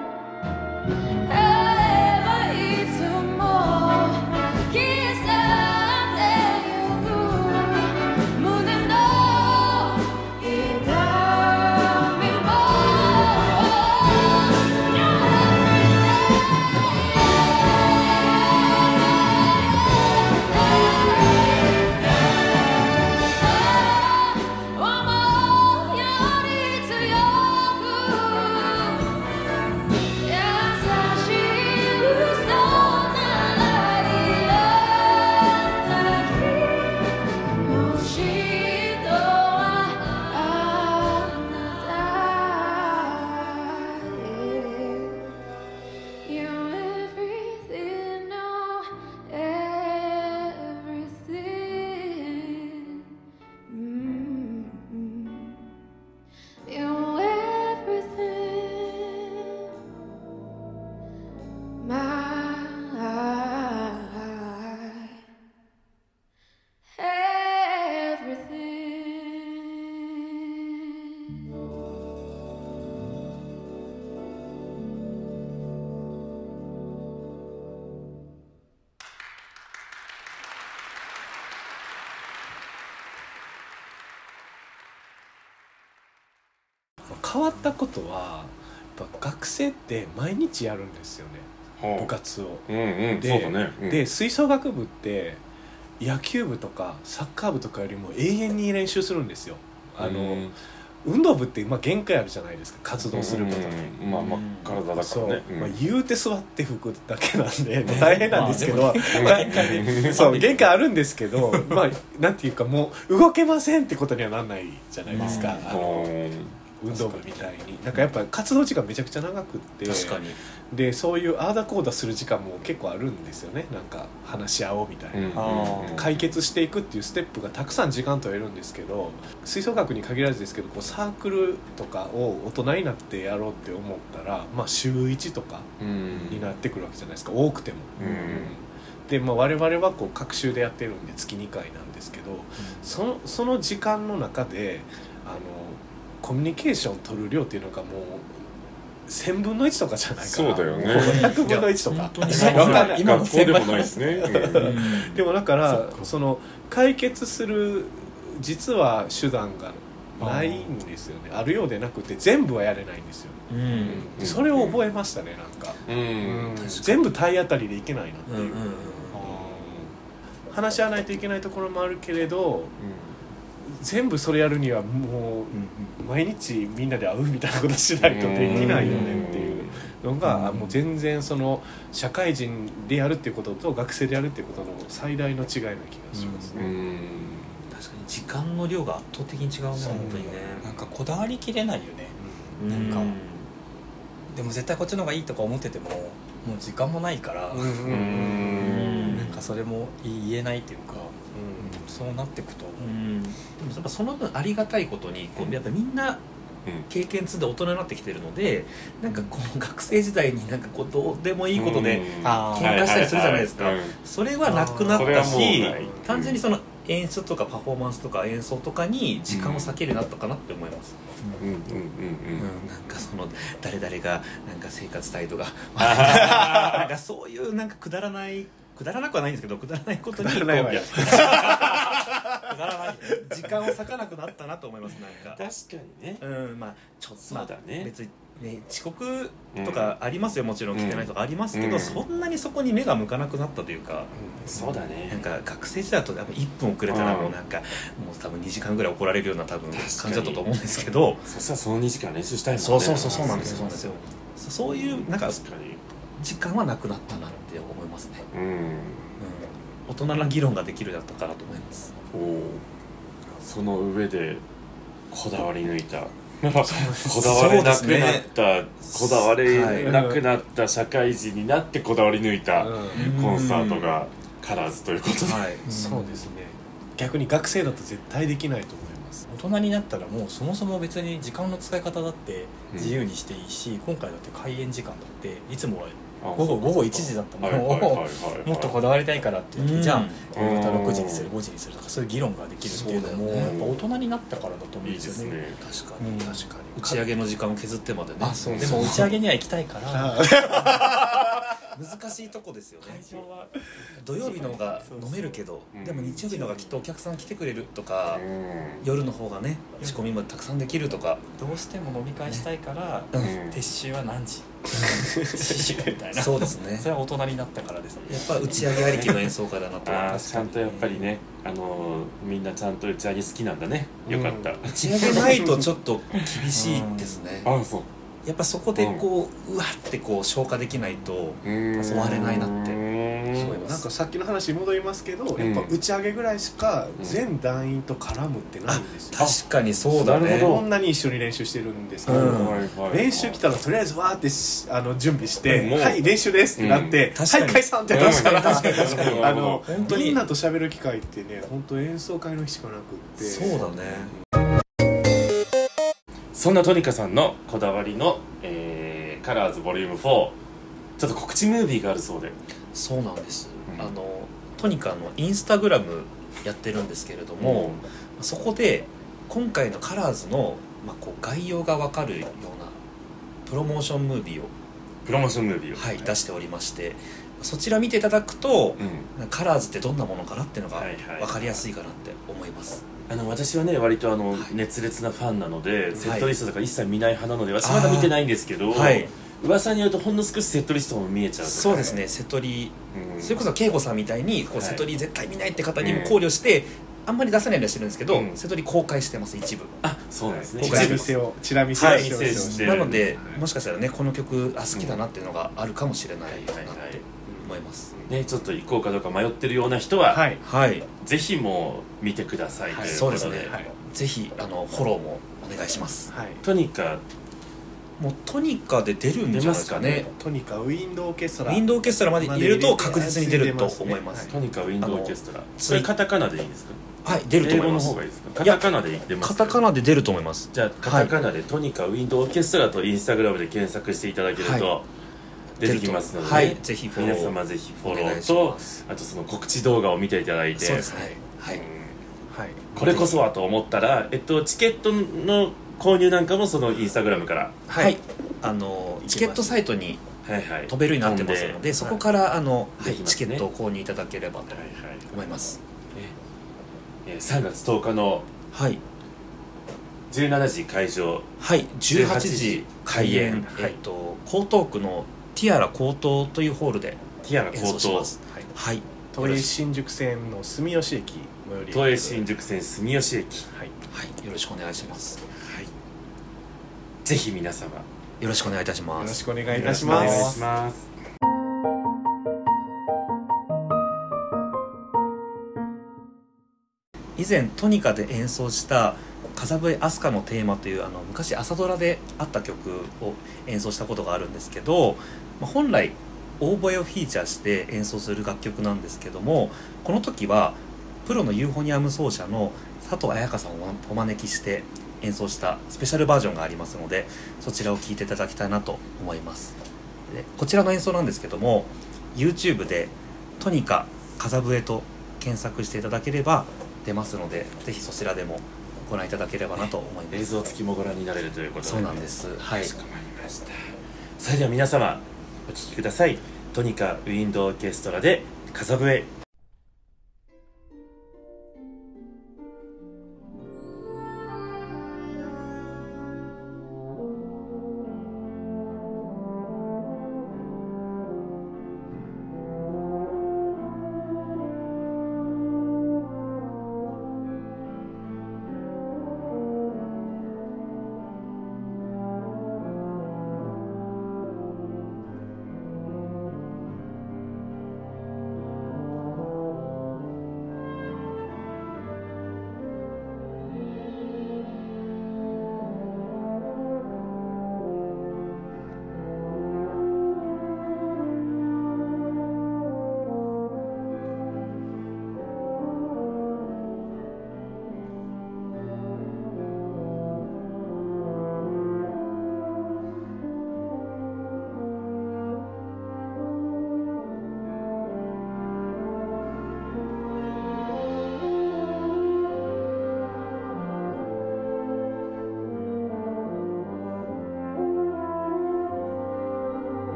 [SPEAKER 5] 「会えばいつも刻んでゆく」「胸の痛みも思うより強く」優しい嘘ならいいよだけ欲しいとはあなた You everything, no everything mm you everything my everything
[SPEAKER 2] 変わったことはやっぱ学生って毎日やるんですよね部
[SPEAKER 6] は
[SPEAKER 2] 活を。
[SPEAKER 6] あ、うんうん
[SPEAKER 2] で
[SPEAKER 6] そうだね、うん
[SPEAKER 2] で吹奏楽部って野球部とかサッカー部とかよりも永遠に練習するんですよ。あの、
[SPEAKER 6] うん
[SPEAKER 2] 運動部ってまあ限界あるじゃないですか活動することに。
[SPEAKER 6] うんまあまあ体だか
[SPEAKER 2] そ
[SPEAKER 6] ら
[SPEAKER 2] う、
[SPEAKER 6] ね
[SPEAKER 2] まあ、言うて座って吹くだけなんで、まあ大変なんですけど、
[SPEAKER 6] うん
[SPEAKER 2] 限界にそう限界あるんですけどまあなんていうかもう動けませんってことにはなんないじゃないですか、あの運動部みたいになんかやっぱ活動時間めちゃくちゃ長くって
[SPEAKER 3] 確かに、
[SPEAKER 2] でそういうああだこうだする時間も結構あるんですよねなんか話し合おうみたいな。
[SPEAKER 4] あー
[SPEAKER 2] 解決していくっていうステップがたくさん時間取れるんですけど吹奏楽に限らずですけどこうサークルとかを大人になってやろうって思ったら、まあ、週1とかになってくるわけじゃないですか多くても。
[SPEAKER 6] うん
[SPEAKER 2] で、まあ、我々はこう各週でやってるんで月2回なんですけど、そのその時間の中であのコミュニケーション取る量っていうのがもう1000分の1とかじゃないかな
[SPEAKER 6] そうだよね
[SPEAKER 2] 100分の1とか
[SPEAKER 6] 今
[SPEAKER 2] わかんない
[SPEAKER 6] の学校でもないですね、うん
[SPEAKER 2] でもだからその解決する実は手段がないんですよねあるようでなくて全部はやれないんですよ、
[SPEAKER 3] うんうん
[SPEAKER 6] うん
[SPEAKER 2] それを覚えましたねなんか、
[SPEAKER 6] うん
[SPEAKER 2] うん全部体当たりでいけないなって
[SPEAKER 3] う
[SPEAKER 2] い
[SPEAKER 3] んう
[SPEAKER 2] う、
[SPEAKER 3] んうん
[SPEAKER 2] うん話し合わないといけないところもあるけれど全部それやるにはもう毎日みんなで会うみたいなことしないとできないよねっていうのが、
[SPEAKER 3] うん
[SPEAKER 2] もう全然その社会人でやるっていうことと学生でやるっていうことの最大の違いな気がしますね。
[SPEAKER 6] うんうん
[SPEAKER 3] 確かに時間の量が圧倒的に違うね
[SPEAKER 4] そう
[SPEAKER 3] 本当にね
[SPEAKER 7] なんかこだわりきれないよね
[SPEAKER 3] うん
[SPEAKER 7] なんかでも絶対こっちの方がいいとか思っててももう時間もないから、
[SPEAKER 6] うんうん
[SPEAKER 7] なんかそれも言えないっていうか、そうなってくと、
[SPEAKER 3] うんでもやっぱその分ありがたいことにこうやっぱみんな経験積んで大人になってきてるのでなんかこの学生時代になんかこうどうでもいいことで、
[SPEAKER 7] あー
[SPEAKER 3] 喧嘩したりするじゃないですか
[SPEAKER 6] ははは
[SPEAKER 3] それはなくなっ
[SPEAKER 6] それは
[SPEAKER 3] た
[SPEAKER 6] もう
[SPEAKER 3] し
[SPEAKER 6] ない
[SPEAKER 3] 単純にその演出とかパフォーマンスとか演奏とかに時間を割けるようになったかなって思います、
[SPEAKER 6] うんうんうんうん
[SPEAKER 3] うんなんかその誰々がなんか生活態度が なんかそういうなんかくだらないくだらなくはないんですけどくだらないことに
[SPEAKER 2] くだらないわよ
[SPEAKER 3] こうくだらない時間を割かなくなったなと思いますなん
[SPEAKER 6] 確
[SPEAKER 3] か
[SPEAKER 6] かにね
[SPEAKER 3] うんまあちょっと
[SPEAKER 6] そうだね
[SPEAKER 3] まあ別にね遅刻とかありますよ、もちろん来てないとかありますけど、
[SPEAKER 6] うん
[SPEAKER 3] そんなにそこに目が向かなくなったというか、
[SPEAKER 6] そうだ
[SPEAKER 3] な
[SPEAKER 6] ね
[SPEAKER 3] んか学生時代だと多分1分遅れたら
[SPEAKER 6] うん
[SPEAKER 3] もうなんか、もう多分2時間ぐらい怒られるような多分
[SPEAKER 6] 確かに
[SPEAKER 3] 感じだったと思うんですけど
[SPEAKER 6] そしたらその2時間練習したいもんね
[SPEAKER 3] そうそうそうそうなんですよそうなんですよそそういうなんか
[SPEAKER 6] 確かに
[SPEAKER 3] 時間はなくなったなって思いますね、
[SPEAKER 6] うん
[SPEAKER 3] うん、大人な議論ができるようになったかなと思います
[SPEAKER 6] おーその上でこだわり抜いたこだわれなくなった、こだわれなくなった社会人になってこだわり抜いたコンサートがカラーズということで
[SPEAKER 3] はい
[SPEAKER 2] そうですね逆に学生だと絶対できないと思います
[SPEAKER 7] 大人になったらもうそもそも別に時間の使い方だって自由にしていいし、今回だって開演時間だっていつもは
[SPEAKER 1] あ
[SPEAKER 4] 午後午後1時だった
[SPEAKER 1] はいはい
[SPEAKER 4] の
[SPEAKER 1] はいはい
[SPEAKER 4] を
[SPEAKER 1] はい
[SPEAKER 4] もっとこだわりたいからって言って、じゃあ
[SPEAKER 1] うん
[SPEAKER 4] 夕方6時にする5時にするとかそういう議論ができるっていうのも
[SPEAKER 3] そうだ
[SPEAKER 1] よ
[SPEAKER 4] やっ
[SPEAKER 1] ね
[SPEAKER 4] ぱ大人になったからだと思うん
[SPEAKER 1] いい
[SPEAKER 4] で
[SPEAKER 1] ですす
[SPEAKER 4] よね。
[SPEAKER 1] ね
[SPEAKER 3] 確か
[SPEAKER 4] うん
[SPEAKER 3] に確かに打ち上げの時間を削ってまでね
[SPEAKER 4] あそうでも打ち上げには行きたいから
[SPEAKER 3] 難しいとこですよね
[SPEAKER 8] 会場は
[SPEAKER 3] 土曜日の方が飲めるけど
[SPEAKER 1] そう
[SPEAKER 3] でも日曜日の方がきっとお客さん来てくれるとか、
[SPEAKER 1] うん
[SPEAKER 3] 夜の方がね仕込みまでたくさんできるとか
[SPEAKER 8] どうしても飲み会したいから
[SPEAKER 1] うん
[SPEAKER 8] 撤収は何時死守みたいな
[SPEAKER 3] そうですね
[SPEAKER 8] それは大人になったからです
[SPEAKER 3] やっぱ打ち上げありきの演奏会だなと思い
[SPEAKER 1] あ
[SPEAKER 3] ま
[SPEAKER 1] あ
[SPEAKER 3] す
[SPEAKER 1] ちゃんとやっぱりねあのーみんなちゃんと打ち上げ好きなんだねよかった、
[SPEAKER 3] 打ち上げないとちょっと厳しいですね
[SPEAKER 1] ああそう
[SPEAKER 3] やっぱそこでこううわってこう消化できないと
[SPEAKER 1] 終
[SPEAKER 3] 終われないなって思い
[SPEAKER 1] て
[SPEAKER 3] ます
[SPEAKER 2] なんかさっきの話に戻りますけど、
[SPEAKER 1] ん
[SPEAKER 2] やっぱ打ち上げぐらいしか全団員と絡むってないんですよ、
[SPEAKER 3] 確かにそうだ
[SPEAKER 1] な
[SPEAKER 3] ね
[SPEAKER 1] るほ
[SPEAKER 2] こんなに一緒に練習してるんですけど、
[SPEAKER 3] うん
[SPEAKER 2] 練習来たらとりあえずわーってしあの準備して「
[SPEAKER 1] もう
[SPEAKER 2] はい練習です」ってなって
[SPEAKER 3] ん
[SPEAKER 2] 「
[SPEAKER 3] 確かに
[SPEAKER 2] はい解散」ってなったら、
[SPEAKER 1] 確かに確かに
[SPEAKER 2] あの
[SPEAKER 3] 本当に
[SPEAKER 2] みんなと喋る機会ってね本当演奏会の日しかなくって
[SPEAKER 3] そうだね
[SPEAKER 1] そんなトニカさんのこだわりの、えー、カラーズボリューム4ちょっと告知ムービーがあるそうで
[SPEAKER 3] そうなんです、
[SPEAKER 1] うん
[SPEAKER 3] あのトニカのインスタグラムやってるんですけれど
[SPEAKER 1] も
[SPEAKER 3] も、そこで今回のカラーズの、まあ、こう概要が分かるようなプロモーションムービーを、
[SPEAKER 1] うプロモーションムービーを
[SPEAKER 3] はい、出しておりましてそちら見ていただくと
[SPEAKER 1] うん
[SPEAKER 3] カラーズってどんなものかなっていうのが
[SPEAKER 1] はいはい
[SPEAKER 3] 分かりやすいかなって思います、
[SPEAKER 1] あの私はね割とあの、
[SPEAKER 3] はい
[SPEAKER 1] 熱烈なファンなので、
[SPEAKER 3] い
[SPEAKER 1] セットリストとか一切見ない派なので私まだ見てないんですけど、
[SPEAKER 3] はい
[SPEAKER 1] 噂によるとほんの少しセットリストも見えちゃうとか
[SPEAKER 3] そうですね瀬戸り
[SPEAKER 1] うん
[SPEAKER 3] それこそ慶吾さんみたいにこ
[SPEAKER 1] は
[SPEAKER 3] う
[SPEAKER 1] い
[SPEAKER 3] 瀬戸り絶対見ないって方にも考慮して、あんまり出さないようにはしてるんですけど、
[SPEAKER 1] うん
[SPEAKER 3] 瀬戸り公開してます一部
[SPEAKER 1] あそうなんですね
[SPEAKER 3] 今
[SPEAKER 2] チ
[SPEAKER 1] 一
[SPEAKER 3] 回
[SPEAKER 2] ラ
[SPEAKER 1] 部
[SPEAKER 2] 見せをチラ見せを
[SPEAKER 1] はい
[SPEAKER 2] して
[SPEAKER 1] 見せして
[SPEAKER 3] なのでもしかしたらねこの曲あ好きだなっていうのがあるかもしれないなって思います、
[SPEAKER 1] ねちょっと行こうかどうか迷ってるような人は、
[SPEAKER 2] はい
[SPEAKER 3] はい
[SPEAKER 1] ぜひもう見てくださいということで、
[SPEAKER 3] そうですね、
[SPEAKER 2] はい
[SPEAKER 3] ぜひあのフォローもお願いします
[SPEAKER 2] はい
[SPEAKER 1] トニカ
[SPEAKER 3] もうトニカで出るんじゃないですか
[SPEAKER 1] 出
[SPEAKER 3] ね
[SPEAKER 2] とにかくウィンドウオーケスト
[SPEAKER 3] ウ
[SPEAKER 2] ラ
[SPEAKER 3] ィンドウオーケストラまで入れると確実に出ると
[SPEAKER 2] まで
[SPEAKER 3] 思
[SPEAKER 2] 入
[SPEAKER 3] い
[SPEAKER 2] れま
[SPEAKER 3] ますす
[SPEAKER 2] ね
[SPEAKER 1] トニカウィンドウオーケストラそれカタカナでいいんですか
[SPEAKER 3] はい出ると思いま
[SPEAKER 1] 英語の
[SPEAKER 3] す
[SPEAKER 1] 方がいいですかカタカナで言ってます
[SPEAKER 3] カタカナで出ると思います
[SPEAKER 1] じゃあカタカナでトニカウィンドウオーケストラとインスタグラムで検索していただけると、
[SPEAKER 3] は
[SPEAKER 1] 出てきますので、
[SPEAKER 3] はいぜひフォロ
[SPEAKER 1] 皆
[SPEAKER 3] ー
[SPEAKER 1] 様ぜひフォロ
[SPEAKER 3] お願い
[SPEAKER 1] ー
[SPEAKER 3] し
[SPEAKER 1] と
[SPEAKER 3] ます
[SPEAKER 1] あとその告知動画を見ていただいて
[SPEAKER 3] そうですねはい、
[SPEAKER 1] うん
[SPEAKER 2] はい
[SPEAKER 1] これこそはと思ったら、えっと、チケットの購入なんかもそのインスタグラムから
[SPEAKER 3] はいあのチケットサイトに
[SPEAKER 1] はいはい
[SPEAKER 3] 飛べるようになってます
[SPEAKER 1] 飛
[SPEAKER 3] の
[SPEAKER 1] ん
[SPEAKER 3] でそこからあの、は
[SPEAKER 1] で
[SPEAKER 3] い
[SPEAKER 1] きま
[SPEAKER 3] チ
[SPEAKER 1] す
[SPEAKER 3] ケ
[SPEAKER 1] ね
[SPEAKER 3] ットを購入いただければと
[SPEAKER 1] はいはい
[SPEAKER 3] 思います
[SPEAKER 1] えー3月10日の
[SPEAKER 3] はい
[SPEAKER 1] 17時会場
[SPEAKER 3] はい18
[SPEAKER 1] 18
[SPEAKER 3] 時
[SPEAKER 1] 時
[SPEAKER 3] 開演、
[SPEAKER 1] 開演はい
[SPEAKER 3] えっと江東区のティアラ江東というホールで
[SPEAKER 1] ティアラ
[SPEAKER 3] 演
[SPEAKER 1] 高
[SPEAKER 3] 奏し
[SPEAKER 1] 等
[SPEAKER 3] ますはい
[SPEAKER 2] 都営新宿線の住吉駅最寄り
[SPEAKER 1] 都営新宿線住吉駅
[SPEAKER 2] はい
[SPEAKER 3] はい、よろしくお願いします。
[SPEAKER 1] ぜひ皆様
[SPEAKER 3] よろしくお願いいたしま
[SPEAKER 2] よろ
[SPEAKER 3] す
[SPEAKER 2] し。くお願いいたしま
[SPEAKER 1] お願い
[SPEAKER 2] す
[SPEAKER 1] します
[SPEAKER 3] 以前トニカで演奏した風笛飛鳥のテーマというあの昔朝ドラであった曲を演奏したことがあるんですけど、まあ、本来オーボエをフィーチャーして演奏する楽曲なんですけどもこの時はプロのユーフォニアム奏者の佐藤彩香さんをお招きして演奏したスペシャルバージョンがありますのでそちらを聴いていただきたいなと思いますでこちらの演奏なんですけども YouTube で「トニカ風笛」と検索していただければ出ますのでぜひそちらでもご覧いただければなと思います
[SPEAKER 1] 映像付きもご覧になれるということ
[SPEAKER 3] そうなんですはい
[SPEAKER 1] かしこまりましたそれでは皆様お聴きくださいトニカウィンドウオーケストラで「風笛